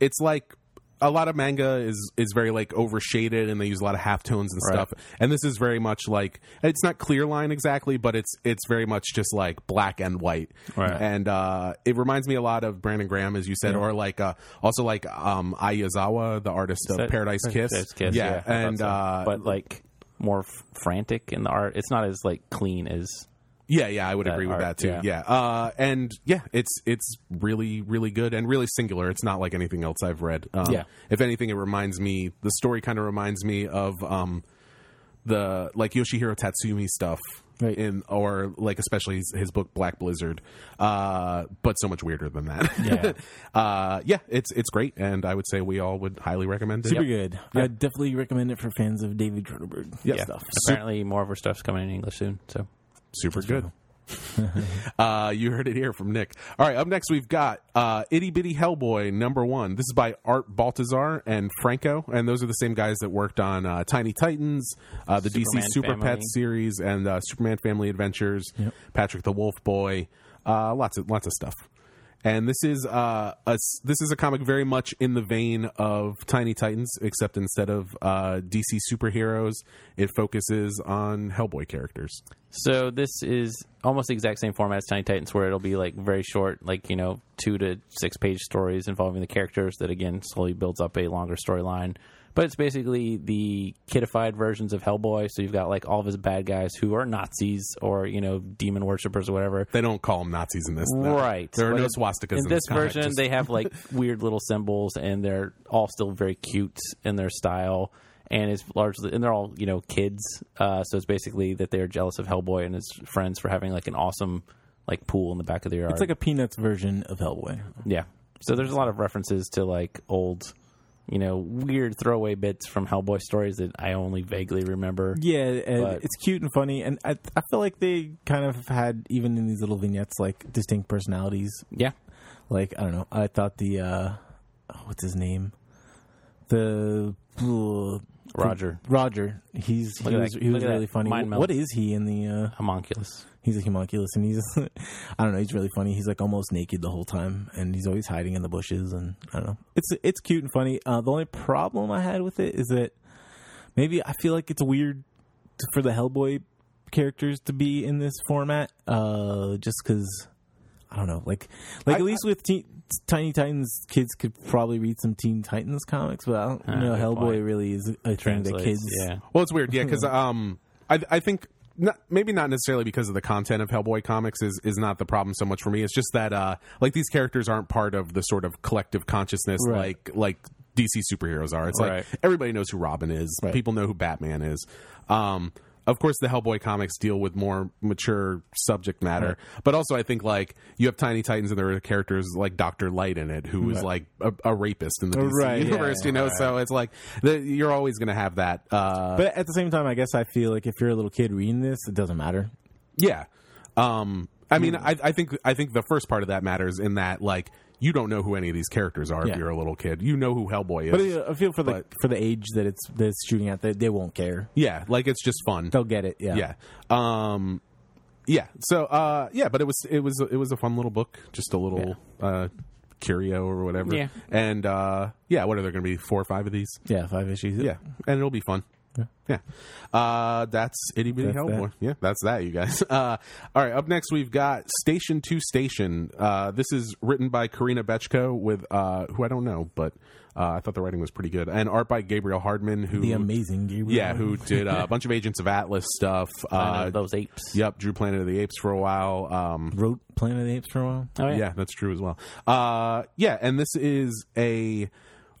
Speaker 1: it's like a lot of manga is is very like overshaded and they use a lot of halftones and stuff. And this is very much like it's not clear line exactly, but it's it's very much just like black and white.
Speaker 3: Right.
Speaker 1: And uh it reminds me a lot of Brandon Graham as you said or like uh also like um Ayazawa, the artist of
Speaker 3: That-
Speaker 1: Paradise Kiss.
Speaker 3: Paradise Kiss,
Speaker 1: Yeah,
Speaker 3: I
Speaker 1: and
Speaker 3: thought so.
Speaker 1: uh
Speaker 3: but like more f- frantic in the art. It's not as like clean as
Speaker 1: Yeah, yeah, I would
Speaker 3: that
Speaker 1: agree with that
Speaker 3: art,
Speaker 1: too. Yeah.
Speaker 3: yeah.
Speaker 1: Uh and yeah, it's it's really really good and really singular. It's not like anything else I've read. Um,
Speaker 3: Yeah.
Speaker 1: If anything it reminds me the story kind of reminds me of um the like Yoshihiro Tatsumi stuff
Speaker 2: Right.
Speaker 1: in or like especially his, his book Black Blizzard. Uh but so much weirder than that.
Speaker 2: Yeah.
Speaker 1: uh yeah, it's it's great and I would say we all would highly recommend it.
Speaker 2: Super good. I definitely recommend it for fans of David Cronenberg
Speaker 1: Yeah.
Speaker 2: stuff.
Speaker 3: apparently more of her stuff's coming in English soon. So
Speaker 1: super good. uh, you heard it here from Nick. All right, up next we've got uh, Itty Bitty Hellboy number one. This is by Art Baltazar and Franco, and those are the same guys that worked on uh, Tiny Titans, uh, the DC
Speaker 3: Superman
Speaker 1: Super
Speaker 3: Family.
Speaker 1: Pets series, and uh, Superman Family Adventures, Patrick the Wolf Boy, uh, lots of lots of stuff. And this is uh, a s this is a comic very much in the vein of Tiny Titans, except instead of uh, DC superheroes, it focuses on Hellboy characters.
Speaker 3: So this is almost the exact same format as Tiny Titans, where it'll be like very short, like you know, two to six page stories involving the characters that again slowly builds up a longer storyline. But it's basically the kidified versions of Hellboy. So you've got like all of his bad guys who are Nazis or you know demon worshippers or whatever.
Speaker 1: They don't call them Nazis in this, though.
Speaker 3: Right.
Speaker 1: There are
Speaker 3: But
Speaker 1: no
Speaker 3: in-
Speaker 1: swastikas in,
Speaker 3: In this
Speaker 1: comic,
Speaker 3: version,
Speaker 1: just-
Speaker 3: they have like weird little symbols, and they're all still very cute in their style. And it's largely, and they're all you know kids. Uh, so it's basically that they're jealous of Hellboy and his friends for having like an awesome like pool in the back of their yard.
Speaker 2: It's like a Peanuts version of Hellboy.
Speaker 3: yeah. So there's a lot of references to like old, you know, weird throwaway bits from Hellboy stories that I only vaguely remember.
Speaker 2: Yeah, and
Speaker 3: But-
Speaker 2: it's cute and funny, and I I feel like they kind of had even in these little vignettes like distinct personalities.
Speaker 3: Yeah.
Speaker 2: Like I don't know, I thought the uh, oh, what's his name, the uh,
Speaker 3: Roger.
Speaker 2: Roger. He's
Speaker 3: Look
Speaker 2: he
Speaker 3: at
Speaker 2: was,
Speaker 3: that-
Speaker 2: he
Speaker 3: look
Speaker 2: was
Speaker 3: at that
Speaker 2: really funny.
Speaker 3: mind meld.
Speaker 2: What is he in the? Uh,
Speaker 3: Homunculus.
Speaker 2: he's a homunculus, and he's I don't know. He's really funny. He's like almost naked the whole time, and he's always hiding in the bushes. And I don't know. It's it's cute and funny. Uh, the only problem I had with it is that maybe I feel like it's weird t- for the Hellboy characters to be in this format, uh, just because I don't know. Like, like
Speaker 1: I-
Speaker 2: at least with teen, Tiny Titans, kids could probably read some Teen Titans comics, but I don't
Speaker 3: Ah,
Speaker 2: know.
Speaker 3: good
Speaker 2: Hellboy
Speaker 3: point.
Speaker 2: really is a thing that
Speaker 3: Translates.
Speaker 2: kids.
Speaker 3: Yeah.
Speaker 1: Well, it's weird, yeah, because
Speaker 2: Hmm.
Speaker 1: um, I, I think not, maybe not necessarily because of the content of Hellboy comics is is not the problem so much for me. It's just that uh, like these characters aren't part of the sort of collective consciousness
Speaker 2: Right.
Speaker 1: like like DC superheroes are. It's
Speaker 3: Right.
Speaker 1: like everybody knows who Robin is.
Speaker 2: Right.
Speaker 1: People know who Batman is. Um, of course, the Hellboy comics deal with more mature subject matter, but also I think like you have Tiny Titans and there are characters like Doctor Light in it, who is like a, a rapist in the DC
Speaker 2: Right, yeah,
Speaker 1: universe, you know. So it's like the, you're always going to have that. Uh,
Speaker 2: But at the same time, I guess I feel like if you're a little kid reading this, it doesn't matter.
Speaker 1: Yeah. Um I mean
Speaker 2: Hmm.
Speaker 1: I I think I think the first part of that matters in that like you don't know who any of these characters are if
Speaker 2: Yeah.
Speaker 1: you're a little kid. You know who Hellboy is.
Speaker 2: But uh, I feel for the
Speaker 1: But-
Speaker 2: for the age that it's that it's shooting at, they, they won't care.
Speaker 1: yeah, like it's just fun.
Speaker 2: They'll get it. Oh, Yeah.
Speaker 1: Yeah. Um yeah. So uh yeah, but it was it was it was a fun little book, just a little uh curio or whatever.
Speaker 3: Yeah.
Speaker 1: And uh yeah, what are there going to be four or five of these?
Speaker 2: Yeah, Five issues.
Speaker 1: Yeah. And it'll be fun. Yeah. Uh, that's Itty Bitty
Speaker 2: That's
Speaker 1: Hellboy. Yeah, that's that, you guys. Uh, all right, up next we've got Station to Station. Uh, this is written by Karina Bechko with, uh, who I don't know, but uh, I thought the writing was pretty good. And art by Gabriel Hardman, who.
Speaker 2: The amazing Gabriel.
Speaker 1: yeah, who did uh, a bunch of Agents of Atlas stuff.
Speaker 3: I know
Speaker 1: Uh,
Speaker 3: those apes.
Speaker 1: yep, drew Planet of the Apes for a while. Um,
Speaker 2: wrote Planet of the Apes for a while?
Speaker 3: Oh,
Speaker 1: yeah.
Speaker 3: yeah.
Speaker 1: that's true as well. Uh, yeah, and this is a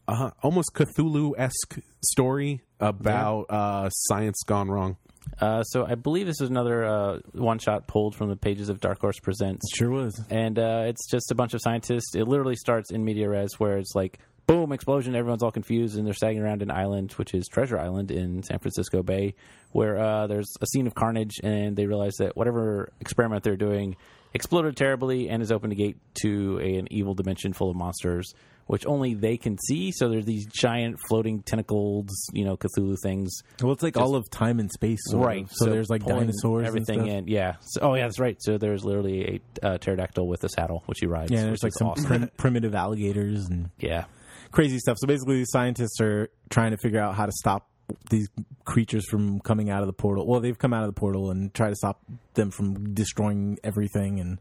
Speaker 1: uh, almost Cthulhu esque story about uh, science gone wrong.
Speaker 3: Uh, so I believe this is another uh, one shot pulled from the pages of Dark Horse Presents.
Speaker 2: Sure was.
Speaker 3: and uh, it's just a bunch of scientists. It literally starts in media res where it's like boom explosion, everyone's all confused, and they're sagging around an island, which is Treasure Island in San Francisco Bay, where uh, there's a scene of carnage, and they realize that whatever experiment they're doing exploded terribly and has opened a gate to a, an evil dimension full of monsters, which only they can see. So there's these giant floating tentacled, you know, Cthulhu things.
Speaker 2: Well, it's like all of time and space, sort
Speaker 3: Right.
Speaker 2: Of. So, there's like
Speaker 3: pulling
Speaker 2: dinosaurs,
Speaker 3: everything
Speaker 2: and stuff.
Speaker 3: in. Yeah. So, oh, yeah, that's right. So there's literally a uh, pterodactyl with a saddle, which he rides.
Speaker 2: Yeah, and
Speaker 3: which
Speaker 2: there's like
Speaker 3: is
Speaker 2: some
Speaker 3: awesome.
Speaker 2: prim- primitive alligators and
Speaker 3: yeah.
Speaker 2: crazy stuff. So basically, these scientists are trying to figure out how to stop these creatures from coming out of the portal. Well, they've come out of the portal and try to stop them from destroying everything. And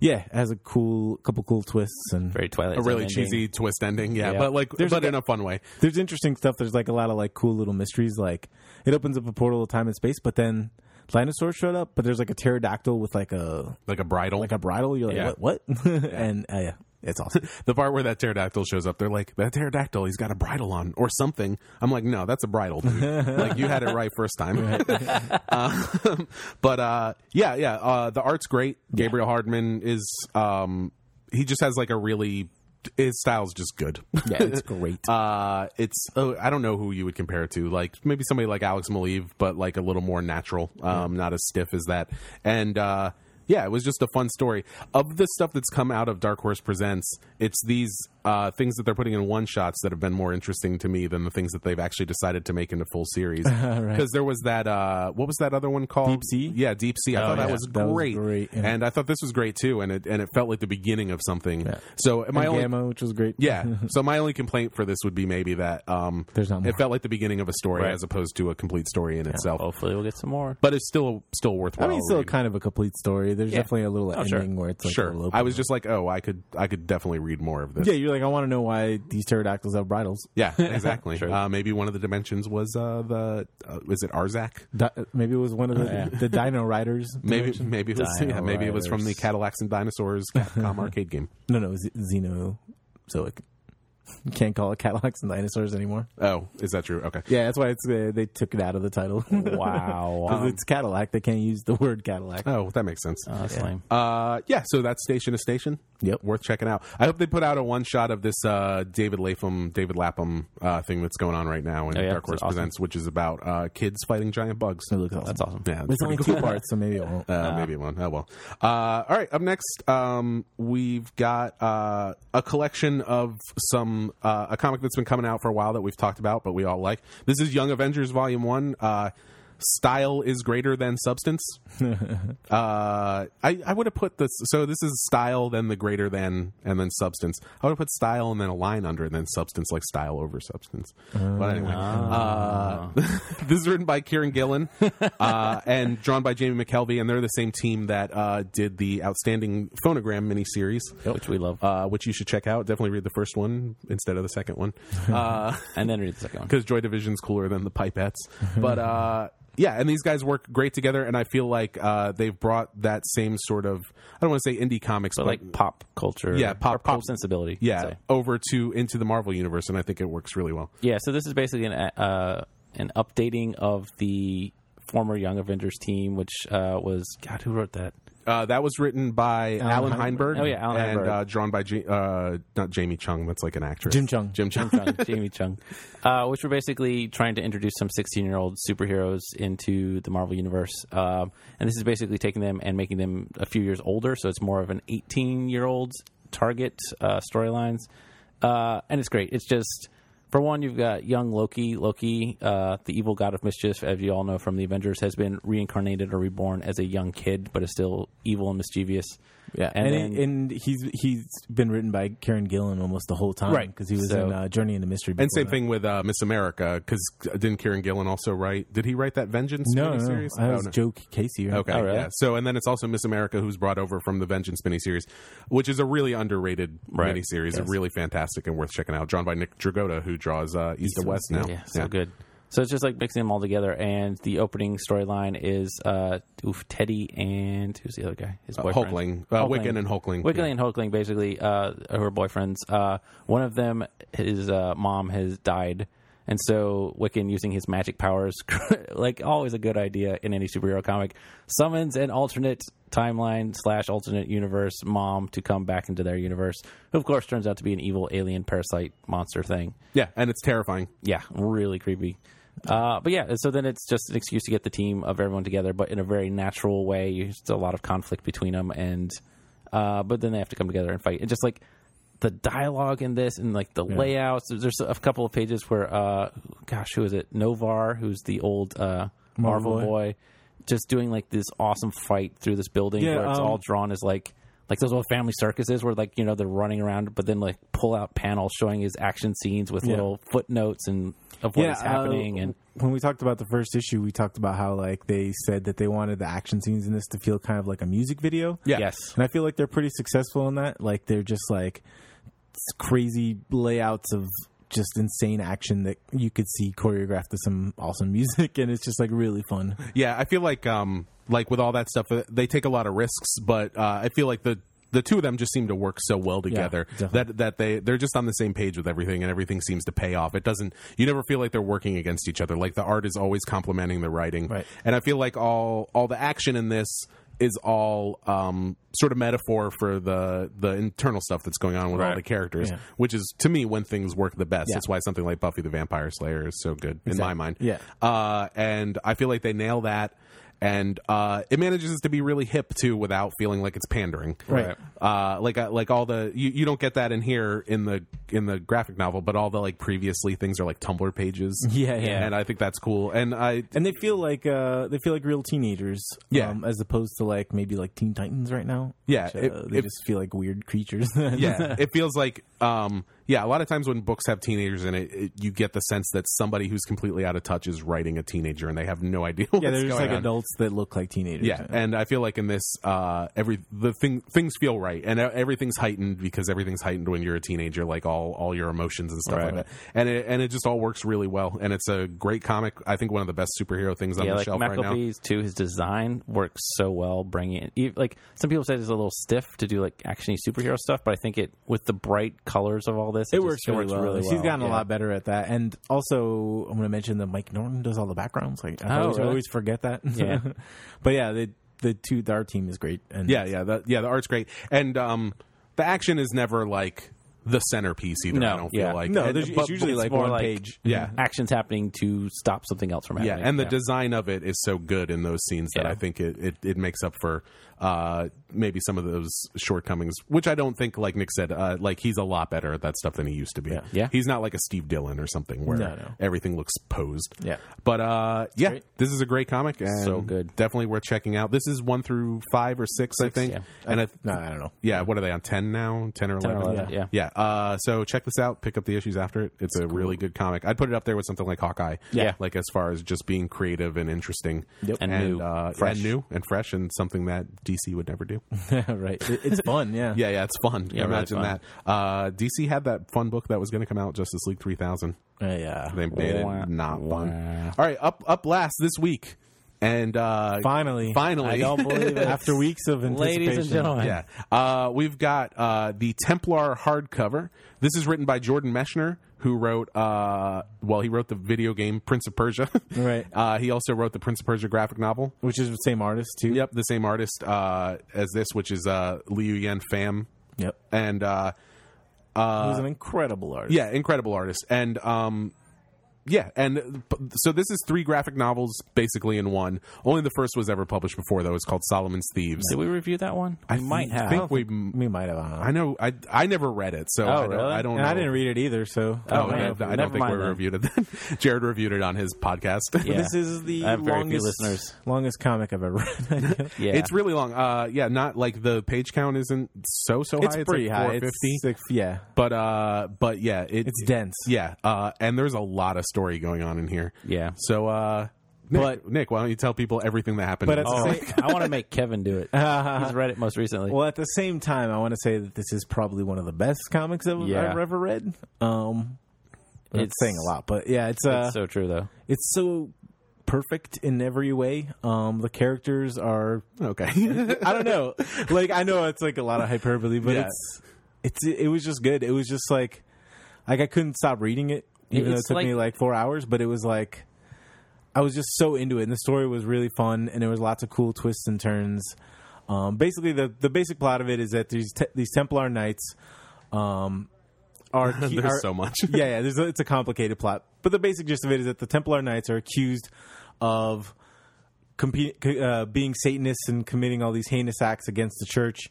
Speaker 2: yeah, it has a cool couple cool twists and
Speaker 3: Very Twilight.
Speaker 1: a
Speaker 3: Zone
Speaker 1: really
Speaker 3: ending.
Speaker 1: cheesy twist ending. Yeah,
Speaker 3: Yeah.
Speaker 1: but like,
Speaker 2: There's
Speaker 1: but
Speaker 2: a-
Speaker 1: in a fun way.
Speaker 2: there's interesting stuff. There's like a lot of like cool little mysteries. Like it opens up a portal of time and space, but then dinosaurs showed up. But there's like a pterodactyl with like a
Speaker 1: Like a bridal.
Speaker 2: like a bridle. You're like
Speaker 1: Yeah.
Speaker 2: what? What? and uh, yeah, it's awesome.
Speaker 1: the part where that pterodactyl shows up, they're like, that pterodactyl, he's got a bridle on or something. I'm like, no, that's a bridle. dude." like, you had it right first time. Um, but uh, yeah, yeah, uh, the art's great. Gabriel Hardman is, um, he just has like a really, his style's just good.
Speaker 2: Yeah, it's great.
Speaker 1: Uh, it's oh, I don't know who you would compare it to, like maybe somebody like Alex Maleev, but like a little more natural, um, not as stiff as that. And uh, yeah, it was just a fun story. Of the stuff that's come out of Dark Horse Presents, it's these uh, things that they're putting in one shots that have been more interesting to me than the things that they've actually decided to make into full series. Because
Speaker 2: Right.
Speaker 1: there was that uh, what was that other one called?
Speaker 2: Deep Sea? Oh,
Speaker 1: Yeah, Deep Sea. I thought that
Speaker 2: yeah.
Speaker 1: was
Speaker 2: That was
Speaker 1: great,
Speaker 2: great, yeah.
Speaker 1: and I thought this was great too. And it and it felt like the beginning of something. So my
Speaker 2: My
Speaker 1: only
Speaker 2: Gamma, which was great.
Speaker 1: yeah. so my only complaint for this would be maybe that um,
Speaker 2: There's not more.
Speaker 1: it felt like the beginning of a story
Speaker 3: Right.
Speaker 1: as opposed to a complete story in itself.
Speaker 3: Hopefully, we'll get some more.
Speaker 1: But it's still still worthwhile.
Speaker 2: I mean, it's still
Speaker 1: reading.
Speaker 2: kind of a complete story. There's
Speaker 3: Yeah.
Speaker 2: definitely a little
Speaker 3: Oh, sure.
Speaker 2: ending where it's like a
Speaker 1: sure.
Speaker 2: little
Speaker 1: I was just like, oh, I could I could definitely read more of this.
Speaker 2: yeah. You're like, I want to know why these pterodactyls have bridles.
Speaker 1: Yeah, exactly. uh, maybe one of the dimensions was uh, the uh, was it Arzak?
Speaker 2: Di- maybe it was one of the,
Speaker 3: yeah.
Speaker 2: the Dino Riders.
Speaker 1: Oh, Maybe maybe it was
Speaker 3: Dino
Speaker 1: yeah, maybe it was from the
Speaker 3: Riders.
Speaker 1: Cadillacs and Dinosaurs Capcom arcade game.
Speaker 2: No, no, Z- Xenozoic. Can't call it Cadillacs and dinosaurs anymore.
Speaker 1: Oh, is that true? Okay.
Speaker 2: Yeah, that's why it's uh, they took it out of the title.
Speaker 3: Wow.
Speaker 2: 'Cause it's Cadillac. They can't use the word Cadillac.
Speaker 1: Oh, that makes sense.
Speaker 3: Oh, that's lame.
Speaker 1: Uh, yeah, so that's Station to Station.
Speaker 2: Yep.
Speaker 1: worth checking out. I hope they put out a one shot of this uh, David Lapham, David Lapham uh, thing that's going on right now in
Speaker 3: Oh, yeah?
Speaker 1: Dark Horse
Speaker 3: Awesome.
Speaker 1: Presents, which is about uh, kids fighting giant bugs.
Speaker 2: It looks awesome.
Speaker 3: That's awesome.
Speaker 1: Yeah,
Speaker 2: But
Speaker 1: it's
Speaker 2: It's only
Speaker 1: pretty
Speaker 2: two parts, so maybe it won't.
Speaker 1: cool. Uh, maybe one. Oh well. Uh, all right. Up next, um, we've got uh, a collection of some uh, a comic that's been coming out for a while that we've talked about, but we all like. This is Young Avengers Volume One. Uh, Style is greater than substance. Uh, I, I would have put this. So this is style, then the greater than, and then substance. I would have put style and then a line under, and then substance, like style over substance. but anyway, uh, this is written by Kieran Gillen uh, and drawn by Jamie McKelvey, and they're the same team that uh, did the outstanding phonogram miniseries.
Speaker 3: Which we love.
Speaker 1: Uh, which you should check out. Definitely read the first one instead of the second one. Uh,
Speaker 3: and then read the second one.
Speaker 1: because Joy Division's cooler than the Pipettes. But uh, yeah, and these guys work great together, and I feel like uh, they've brought that same sort of I don't want to say indie comics, but,
Speaker 3: But like pop culture.
Speaker 1: Yeah, pop-
Speaker 3: or
Speaker 1: pop-
Speaker 3: pop sensibility. I'd
Speaker 1: yeah,
Speaker 3: say.
Speaker 1: over to into the Marvel universe, and I think it works really well.
Speaker 3: Yeah, so this is basically an uh, an updating of the former Young Avengers team, which uh, was God, who wrote that?
Speaker 1: Uh, that was written by Alan,
Speaker 2: Alan
Speaker 1: Heinberg.
Speaker 3: Oh, yeah, Alan
Speaker 1: and
Speaker 3: Heinberg.
Speaker 1: Uh, drawn by Ja- uh, not Jamie Chung. That's like an actress.
Speaker 2: Jim Chung.
Speaker 1: Jim Chung.
Speaker 3: Chung, Jamie Chung, uh, which were basically trying to introduce some 16 year old superheroes into the Marvel universe, um, and this is basically taking them and making them a few years older, so it's more of an 18 year old target uh, storylines, uh, and it's great. It's just for one, you've got young Loki. Loki, uh, the evil god of mischief, as you all know from the Avengers, has been reincarnated or reborn as a young kid, but is still evil and mischievous.
Speaker 2: Yeah,
Speaker 3: and
Speaker 2: and
Speaker 3: then-
Speaker 2: he- and he's he's been written by Karen Gillan almost the whole time,
Speaker 3: Right.
Speaker 2: Because he was
Speaker 3: So-
Speaker 2: in uh, Journey into Mystery.
Speaker 1: And
Speaker 2: before
Speaker 1: same
Speaker 2: that.
Speaker 1: thing with uh, Miss America, because didn't Kieran Gillen also write? Did he write that Vengeance
Speaker 2: No, no, no.
Speaker 1: miniseries?
Speaker 2: I
Speaker 1: Oh,
Speaker 2: was
Speaker 1: no.
Speaker 2: Joe Casey. Right?
Speaker 1: Okay,
Speaker 3: Oh, really?
Speaker 1: yeah. So, and then it's also Miss America, who's brought over from the Vengeance miniseries, which is a really underrated
Speaker 3: Right.
Speaker 1: miniseries,
Speaker 3: Yes.
Speaker 1: really fantastic and worth checking out. Drawn by Nick Dragotta, who draws uh, East to West now.
Speaker 3: Yeah, so good. So it's just like mixing them all together, and the opening storyline is uh, oof, Teddy and who's the other guy? His
Speaker 1: Uh,
Speaker 3: boyfriend,
Speaker 1: Hulkling. Uh, Wiccan and Hulkling,
Speaker 3: Wiccan
Speaker 1: yeah.
Speaker 3: and Hulkling, basically, uh, her boyfriends. Uh, one of them, his uh, mom has died, and so Wiccan, using his magic powers, like always a good idea in any superhero comic, summons an alternate timeline slash alternate universe mom to come back into their universe, who of course turns out to be an evil alien parasite monster thing.
Speaker 1: Yeah, and it's terrifying.
Speaker 3: Yeah, really creepy. Uh, but yeah, so then it's just an excuse to get the team of everyone together, but in a very natural way. There's a lot of conflict between them, and uh, but then they have to come together and fight. And just like the dialogue in this, and like the layouts. There's, there's a couple of pages where, uh, gosh, who is it? Novar, who's the old uh, Marvel,
Speaker 2: Marvel
Speaker 3: boy.
Speaker 2: boy.
Speaker 3: just doing like this awesome fight through this building
Speaker 2: Yeah,
Speaker 3: where it's
Speaker 2: um,
Speaker 3: all drawn as like. Like those old family circuses where, like, you know, they're running around, but then, like, pull out panels showing his action scenes with
Speaker 2: Yeah.
Speaker 3: little footnotes and of what's
Speaker 2: uh,
Speaker 3: happening. and
Speaker 2: when we talked about the first issue, we talked about how like they said that they wanted the action scenes in this to feel kind of like a music video.
Speaker 1: Yeah.
Speaker 3: Yes.
Speaker 2: and I feel like they're pretty successful in that. Like they're just like s- crazy layouts of just insane action that you could see choreographed to some awesome music, and it's just like really fun.
Speaker 1: Yeah, I feel like um like with all that stuff, uh, they take a lot of risks, but uh, I feel like the the two of them just seem to work so well together
Speaker 2: definitely.
Speaker 1: that that they they're just on the same page with everything, and everything seems to pay off. It doesn't. You never feel like they're working against each other. Like the art is always complementing the writing,
Speaker 2: Right.
Speaker 1: and I feel like all all the action in this is all um, sort of metaphor for the the internal stuff that's going on with all
Speaker 3: Right.
Speaker 1: the characters,
Speaker 2: Yeah.
Speaker 1: which is to me when things work the best.
Speaker 2: Yeah.
Speaker 1: That's why something like Buffy the Vampire Slayer is so good in my
Speaker 2: Exactly.
Speaker 1: mind.
Speaker 2: Yeah.
Speaker 1: Uh, and I feel like they nail that. And uh, it manages to be really hip too, without feeling like it's pandering.
Speaker 2: Right.
Speaker 1: Uh, like uh, like all the you, you don't get that in here in the in the graphic novel, but all the like previously things are like Tumblr pages.
Speaker 2: Yeah, yeah.
Speaker 1: And I think that's cool. And I
Speaker 2: And they feel like uh, they feel like real teenagers,
Speaker 1: Yeah.
Speaker 2: um, as opposed to like maybe like Teen Titans right now.
Speaker 1: Yeah,
Speaker 2: which, uh,
Speaker 1: it-
Speaker 2: they
Speaker 1: it-
Speaker 2: just feel like weird creatures.
Speaker 1: yeah, it feels like um yeah. A lot of times when books have teenagers in it, it, you get the sense that somebody who's completely out of touch is writing a teenager, and they have no idea. What's
Speaker 2: yeah, they're just
Speaker 1: going
Speaker 2: like
Speaker 1: on.
Speaker 2: adults that look like teenagers.
Speaker 1: Yeah, and I feel like in this, uh, every the thing things feel right, and e, everything's heightened because everything's heightened when you're a teenager, like all all your emotions and stuff
Speaker 3: Right.
Speaker 1: like that. And it and it just all works really well, and it's a great comic. I think one of the best superhero things on
Speaker 3: yeah,
Speaker 1: the
Speaker 3: like
Speaker 1: shelf right now.
Speaker 3: McAfee's too. His design works so well, bringing it. ev- Like some people say, it's a little stiff to do like actiony superhero stuff, but I think it with the bright colors of all this,
Speaker 2: It
Speaker 3: just-
Speaker 2: works really well. He's gotten
Speaker 3: Yeah.
Speaker 2: a lot better at that, and also I'm going to mention that Mike Norton does all the backgrounds. Like I
Speaker 3: Oh,
Speaker 2: always, I
Speaker 3: really?
Speaker 2: always forget that.
Speaker 3: Yeah.
Speaker 2: but yeah, the the two our team is great. And
Speaker 1: Yeah, yeah, that, yeah. The art's great, and um, the action is never like the centerpiece either.
Speaker 3: No,
Speaker 1: I don't feel
Speaker 3: yeah.
Speaker 1: like
Speaker 2: no,
Speaker 1: And-
Speaker 2: there's,
Speaker 1: but-
Speaker 2: it's usually
Speaker 1: but-
Speaker 2: like
Speaker 3: more
Speaker 2: one
Speaker 3: like-
Speaker 2: page.
Speaker 1: yeah.
Speaker 3: Actions happening to stop something else from
Speaker 1: yeah,
Speaker 3: happening.
Speaker 1: and the design of it is so good in those scenes that
Speaker 3: Yeah.
Speaker 1: I think it, it, it makes up for uh, maybe some of those shortcomings, which I don't think, like Nick said, uh, like he's a lot better at that stuff than he used to be. Yeah,
Speaker 3: Yeah.
Speaker 1: he's not like a Steve Dillon or something where
Speaker 2: No, no.
Speaker 1: everything looks posed.
Speaker 2: Yeah.
Speaker 1: but uh, yeah,
Speaker 2: great.
Speaker 1: this is a great comic. And
Speaker 3: So good.
Speaker 1: definitely worth checking out. This is one through five or six, I think.
Speaker 3: yeah.
Speaker 1: And I,
Speaker 2: No, I don't know.
Speaker 1: yeah, what are they on ten now? Ten or
Speaker 3: 10 or
Speaker 1: eleven?
Speaker 3: 11, yeah.
Speaker 1: yeah. Uh, so check this out. Pick up the issues after it. It's a really good comic. I'd put it up there with something like Hawkeye.
Speaker 3: Yeah.
Speaker 1: like as far as just being creative and interesting,
Speaker 2: Yep.
Speaker 1: and,
Speaker 3: And new.
Speaker 1: uh,
Speaker 3: Fresh.
Speaker 1: and new and fresh, and something that DC would never do.
Speaker 2: right, It- it's fun. Yeah,
Speaker 1: yeah, yeah, it's fun.
Speaker 3: Yeah, really
Speaker 1: Imagine
Speaker 3: fun.
Speaker 1: that. Uh, DC had that fun book that was going to come out, Justice League three thousand.
Speaker 2: Uh, yeah.
Speaker 1: They made
Speaker 3: Wah,
Speaker 1: it not
Speaker 3: wah.
Speaker 1: fun. All right, up up last this week, and uh,
Speaker 2: Finally,
Speaker 1: finally,
Speaker 3: I don't believe it.
Speaker 2: after weeks of anticipation,
Speaker 3: Ladies and gentlemen,
Speaker 1: Yeah. Uh, we've got uh, the Templar hardcover. This is written by Jordan Mechner, who wrote, uh, well, he wrote the video game Prince of Persia.
Speaker 2: Right.
Speaker 1: Uh, he also wrote the Prince of Persia graphic novel.
Speaker 2: which is the same artist too.
Speaker 1: Yep, the same artist uh, as this, which is uh, Liu Yan Pham.
Speaker 2: yep.
Speaker 1: And uh,
Speaker 2: He was an incredible artist.
Speaker 1: yeah, incredible artist. And um, yeah, and p- so this is three graphic novels basically in one. Only the first was ever published before, though. It's called Solomon's Thieves.
Speaker 3: did we review that one?
Speaker 1: I
Speaker 3: we might
Speaker 1: think
Speaker 3: have.
Speaker 1: we
Speaker 2: we might have. I don't know.
Speaker 1: I know. I I never read it, so I, don't,
Speaker 3: really?
Speaker 1: I don't.
Speaker 2: and
Speaker 1: know.
Speaker 2: I didn't read it either, so
Speaker 1: Oh,
Speaker 3: man.
Speaker 1: I,
Speaker 2: know.
Speaker 1: don't- I
Speaker 3: Never
Speaker 1: don't think
Speaker 3: mind
Speaker 1: we
Speaker 3: then.
Speaker 1: reviewed it. Then. Jared reviewed it on his podcast.
Speaker 3: Yeah.
Speaker 2: This is the
Speaker 3: I have very few
Speaker 2: longest
Speaker 3: listeners.
Speaker 2: longest comic I've ever read.
Speaker 3: yeah,
Speaker 1: It's really long. Uh, yeah, not like the page count isn't so so
Speaker 2: it's
Speaker 1: high.
Speaker 2: pretty
Speaker 1: like
Speaker 2: high.
Speaker 1: 450.
Speaker 2: It's like, yeah,
Speaker 1: but uh, but yeah, it,
Speaker 2: it's dense.
Speaker 1: Yeah, uh, and there's a lot of story going on in here.
Speaker 3: yeah.
Speaker 1: So, uh, Nick, Nick, why don't you tell people everything that happened?
Speaker 2: But
Speaker 1: in
Speaker 2: at
Speaker 1: this?
Speaker 2: the
Speaker 3: Oh,
Speaker 2: same-
Speaker 3: I want to make Kevin do it. He's read it most recently.
Speaker 2: Well, at the same time, I want to say that this is probably one of the best comics I've,
Speaker 3: Yeah.
Speaker 2: I've ever read. Um,
Speaker 3: It's-
Speaker 2: it's saying a lot, but yeah, it's uh,
Speaker 3: it's so true though.
Speaker 2: it's so perfect in every way. Um, the characters are
Speaker 1: okay.
Speaker 2: I don't know. Like I know it's like a lot of hyperbole, but
Speaker 1: Yeah.
Speaker 2: it's it's it was just good. It was just like like I couldn't stop reading it, even
Speaker 3: It's
Speaker 2: though it took me
Speaker 3: like-
Speaker 2: like four hours. But it was like I was just so into it, and the story was really fun, and there was lots of cool twists and turns. Um, basically, the the basic plot of it is that these te- these Templar knights um, are
Speaker 1: There's
Speaker 2: are-
Speaker 1: so much.
Speaker 2: yeah, yeah. There's a, it's a complicated plot, but the basic gist of it is that the Templar Knights are accused of compe- co- uh, being Satanists and committing all these heinous acts against the church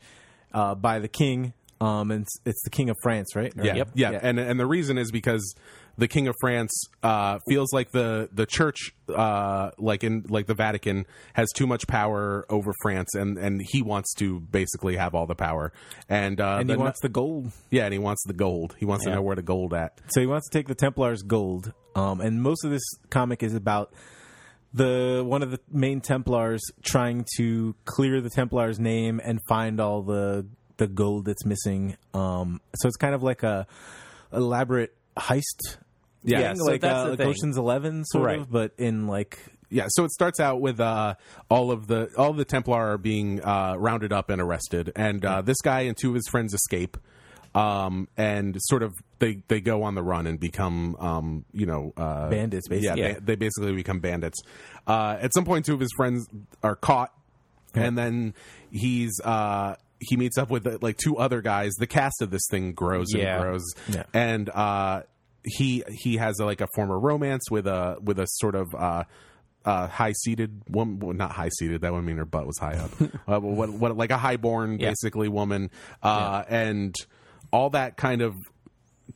Speaker 2: uh, by the king. Um, and it's, it's the king of France, right?
Speaker 1: Yeah,
Speaker 3: Yep.
Speaker 1: yeah,
Speaker 2: Yeah.
Speaker 1: and and the reason is because the King of France uh, feels like the the Church, uh, like in like the Vatican, has too much power over France, and and he wants to basically have all the power, and, uh,
Speaker 2: and he
Speaker 1: the-
Speaker 2: wants the gold.
Speaker 1: yeah, and he wants the gold. He wants
Speaker 3: Yeah.
Speaker 1: to know where the gold at.
Speaker 2: So he wants to take the Templars' gold. Um, and most of this comic is about the one of the main Templars trying to clear the Templars' name and find all the the gold that's missing. Um, so it's kind of like a elaborate heist.
Speaker 1: Yeah,
Speaker 2: thing,
Speaker 3: so
Speaker 2: like
Speaker 3: that's
Speaker 2: uh,
Speaker 3: the
Speaker 2: like
Speaker 3: thing.
Speaker 2: Ocean's Eleven, sort
Speaker 3: Right.
Speaker 2: of, but in like
Speaker 1: Yeah, so it starts out with uh, all of the all the Templar are being uh, rounded up and arrested, and uh, this guy and two of his friends escape, um, and sort of they they go on the run and become um, you know uh,
Speaker 2: Bandits, basically.
Speaker 1: Yeah,
Speaker 3: Yeah.
Speaker 1: They, they basically become bandits. Uh, at some point, two of his friends are caught, and then he's. Uh, he meets up with like two other guys. The cast of this thing grows
Speaker 3: Yeah.
Speaker 1: and grows,
Speaker 2: Yeah.
Speaker 1: and uh, he he has a, like a former romance with a with a sort of uh, uh, high seated woman, well, not high seated. That would mean her butt was high up. uh, what, what like a highborn
Speaker 3: Yeah.
Speaker 1: basically woman, uh, and all that kind of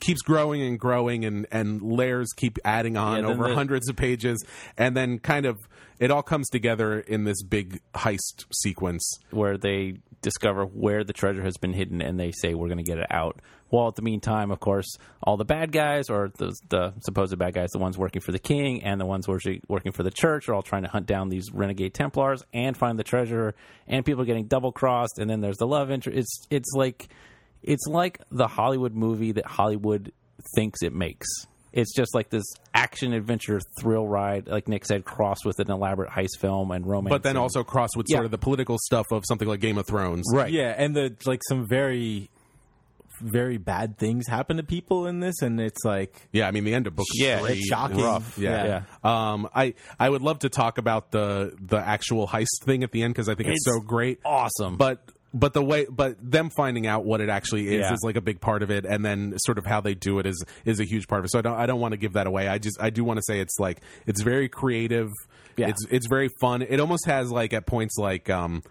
Speaker 1: keeps growing and growing, and and layers keep adding on
Speaker 3: then
Speaker 1: over
Speaker 3: the-
Speaker 1: hundreds of pages, and then kind of it all comes together in this big heist sequence.
Speaker 3: where they discover where the treasure has been hidden and they say we're going to get it out. While at the meantime, of course, all the bad guys or the, the supposed bad guys, the ones working for the king and the ones working working for the church, are all trying to hunt down these renegade Templars and find the treasure. And people are getting double crossed. And then there's the love interest. It's it's like it's like the Hollywood movie that Hollywood thinks it makes. It's just like this action adventure thrill ride, like Nick said, crossed with an elaborate heist film and romance.
Speaker 1: But then
Speaker 3: and-
Speaker 1: also crossed with sort
Speaker 3: Yeah.
Speaker 1: of the political stuff of something like Game of Thrones,
Speaker 3: Right.
Speaker 2: yeah, and the like some very very bad things happen to people in this, and it's like
Speaker 1: Yeah, I mean the end of book
Speaker 3: Yeah,
Speaker 1: three
Speaker 2: it's shocking.
Speaker 1: is rough. Yeah.
Speaker 3: Yeah.
Speaker 1: Um, I I would love to talk about the the actual heist thing at the end because I think it's,
Speaker 3: It's
Speaker 1: so great.
Speaker 3: awesome.
Speaker 1: But but the way but them finding out what it actually is
Speaker 3: Yeah.
Speaker 1: is like a big part of it, and then sort of how they do it is is a huge part of it. So I don't I don't want to give that away. I just I do want to say it's like it's very creative.
Speaker 3: Yeah.
Speaker 1: It's it's very fun. It almost has like at points like um.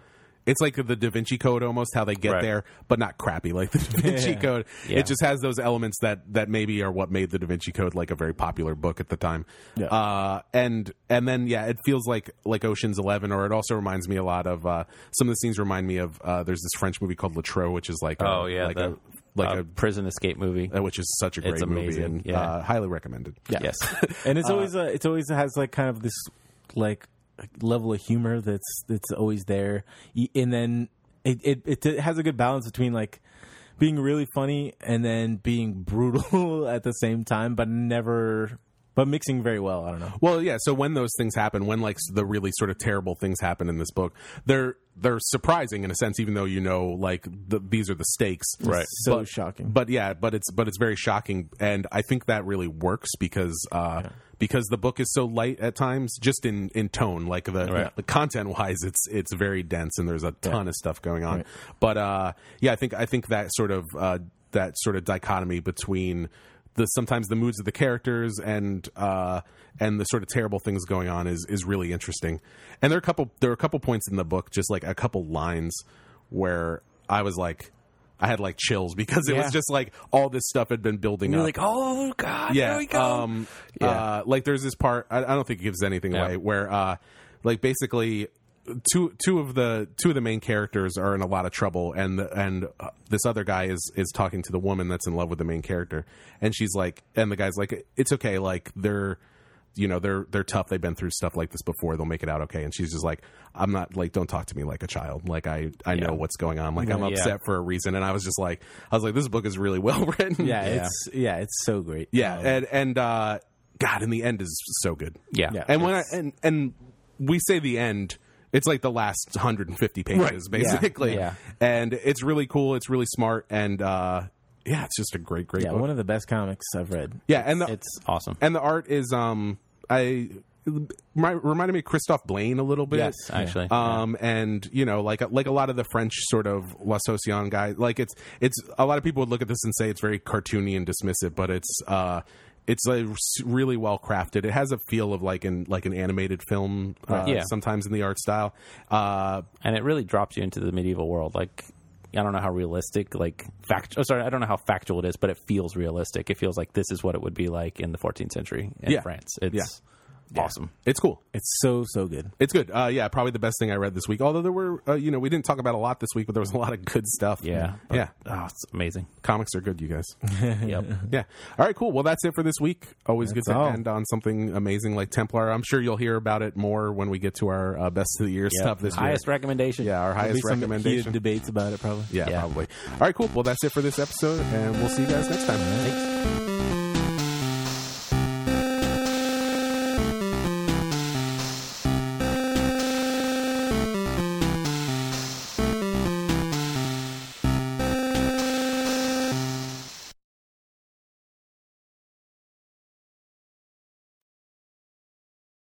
Speaker 1: It's like the Da Vinci Code, almost how they get
Speaker 3: Right.
Speaker 1: there, but not crappy like the Da Vinci
Speaker 2: Yeah.
Speaker 1: Code.
Speaker 3: Yeah.
Speaker 1: It just has those elements that that maybe are what made the Da Vinci Code like a very popular book at the time.
Speaker 2: Yeah.
Speaker 1: Uh, and and then yeah, it feels like like Ocean's Eleven, or it also reminds me a lot of uh, some of the scenes remind me of uh, there's this French movie called Latreaux, which is like a,
Speaker 3: Oh yeah,
Speaker 1: like
Speaker 3: the,
Speaker 1: a like
Speaker 3: uh, prison escape movie.
Speaker 1: a uh, which is such a great
Speaker 3: It's
Speaker 1: movie
Speaker 3: amazing,
Speaker 1: and
Speaker 3: yeah.
Speaker 1: uh, highly recommended.
Speaker 3: Yes,
Speaker 2: and it's always uh, it's always has like kind of this like level of humor that's that's always there Y- and then it it, it t- has a good balance between like being really funny and then being brutal at the same time but never but mixing very well i don't know
Speaker 1: Well, yeah. So when those things happen, when like the really sort of terrible things happen in this book, they're they're surprising in a sense, even though you know like the, these are the stakes,
Speaker 3: Right.
Speaker 2: so shocking
Speaker 1: But yeah, but it's but it's very shocking, and I think that really works because uh, because the book is so light at times, just in in tone, like the
Speaker 3: Right.
Speaker 1: the content wise, it's it's very dense, and there's a ton of stuff going on. But uh, yeah, I think I think that sort of uh, that sort of dichotomy between the sometimes the moods of the characters and uh, and the sort of terrible things going on is is really interesting. And there are a couple there are a couple points in the book, just like a couple lines where I was like. I had like chills because it
Speaker 3: Yeah.
Speaker 1: was just like all this stuff had been building
Speaker 3: you're
Speaker 1: up.
Speaker 3: like, oh god,
Speaker 1: yeah,
Speaker 3: there we go.
Speaker 1: Um, Uh, like there's this part. I, I don't think it gives anything
Speaker 3: Yeah.
Speaker 1: away. Where uh, like basically two two of the two of the main characters are in a lot of trouble, and the, and uh, this other guy is is talking to the woman that's in love with the main character, and she's like, and the guy's like, it's okay, like they're. You know they're they're tough. They've been through stuff like this before. They'll make it out okay. And she's just like, I'm not like, don't talk to me like a child. Like I I know what's going on. Like I'm
Speaker 3: Yeah.
Speaker 1: upset for a reason. And I was just like, I was like, this book is really well written.
Speaker 2: yeah, it's yeah it's so great
Speaker 1: Yeah,
Speaker 2: Um,
Speaker 1: and and uh, God, in the end is so good.
Speaker 3: yeah,
Speaker 2: yeah.
Speaker 1: and when I, and and we say the end, it's like the last 150 pages, basically.
Speaker 3: yeah.
Speaker 1: and it's really cool. It's really smart, and uh, yeah, it's just a great, great
Speaker 2: yeah
Speaker 1: book.
Speaker 2: one of the best comics i've read
Speaker 1: yeah, and the
Speaker 3: it's awesome.
Speaker 1: and the art is um I my, reminded me of Christoph Blaine a little bit.
Speaker 3: Yes, actually.
Speaker 1: Um, and you know, like like a lot of the French sort of La Socion guy, like it's it's a lot of people would look at this and say it's very cartoony and dismissive, but it's uh, it's like really well crafted. It has a feel of like an like an animated film, uh,
Speaker 3: Right. Yeah.
Speaker 1: sometimes in the art style. Uh,
Speaker 3: and it really drops you into the medieval world. Like, I don't know how realistic, like fact. Oh, sorry, I don't know how factual it is, but it feels realistic. It feels like this is what it would be like in the 14th century in
Speaker 1: Yeah.
Speaker 3: France. It's awesome.
Speaker 1: it's cool.
Speaker 2: It's so so good.
Speaker 1: It's good. Uh, yeah, probably the best thing I read this week. Although there were, uh, you know, we didn't talk about a lot this week, but there was a lot of good stuff.
Speaker 3: Yeah, but-
Speaker 1: yeah.
Speaker 3: Oh, it's amazing.
Speaker 1: Comics are good, you guys.
Speaker 3: yep.
Speaker 1: Yeah. All right, cool. Well, that's it for this week. Always good to
Speaker 2: all.
Speaker 1: end on something amazing like Templar. I'm sure you'll hear about it more when we get to our uh, best of the year stuff this year.
Speaker 3: Highest recommendation.
Speaker 1: yeah, our
Speaker 2: There'll be
Speaker 1: highest
Speaker 2: some heated
Speaker 1: recommendation.
Speaker 2: debates about it probably.
Speaker 1: Yeah,
Speaker 3: Yeah.
Speaker 1: probably. All right, cool. Well, that's it for this episode, and we'll see you guys next time.
Speaker 3: Thanks.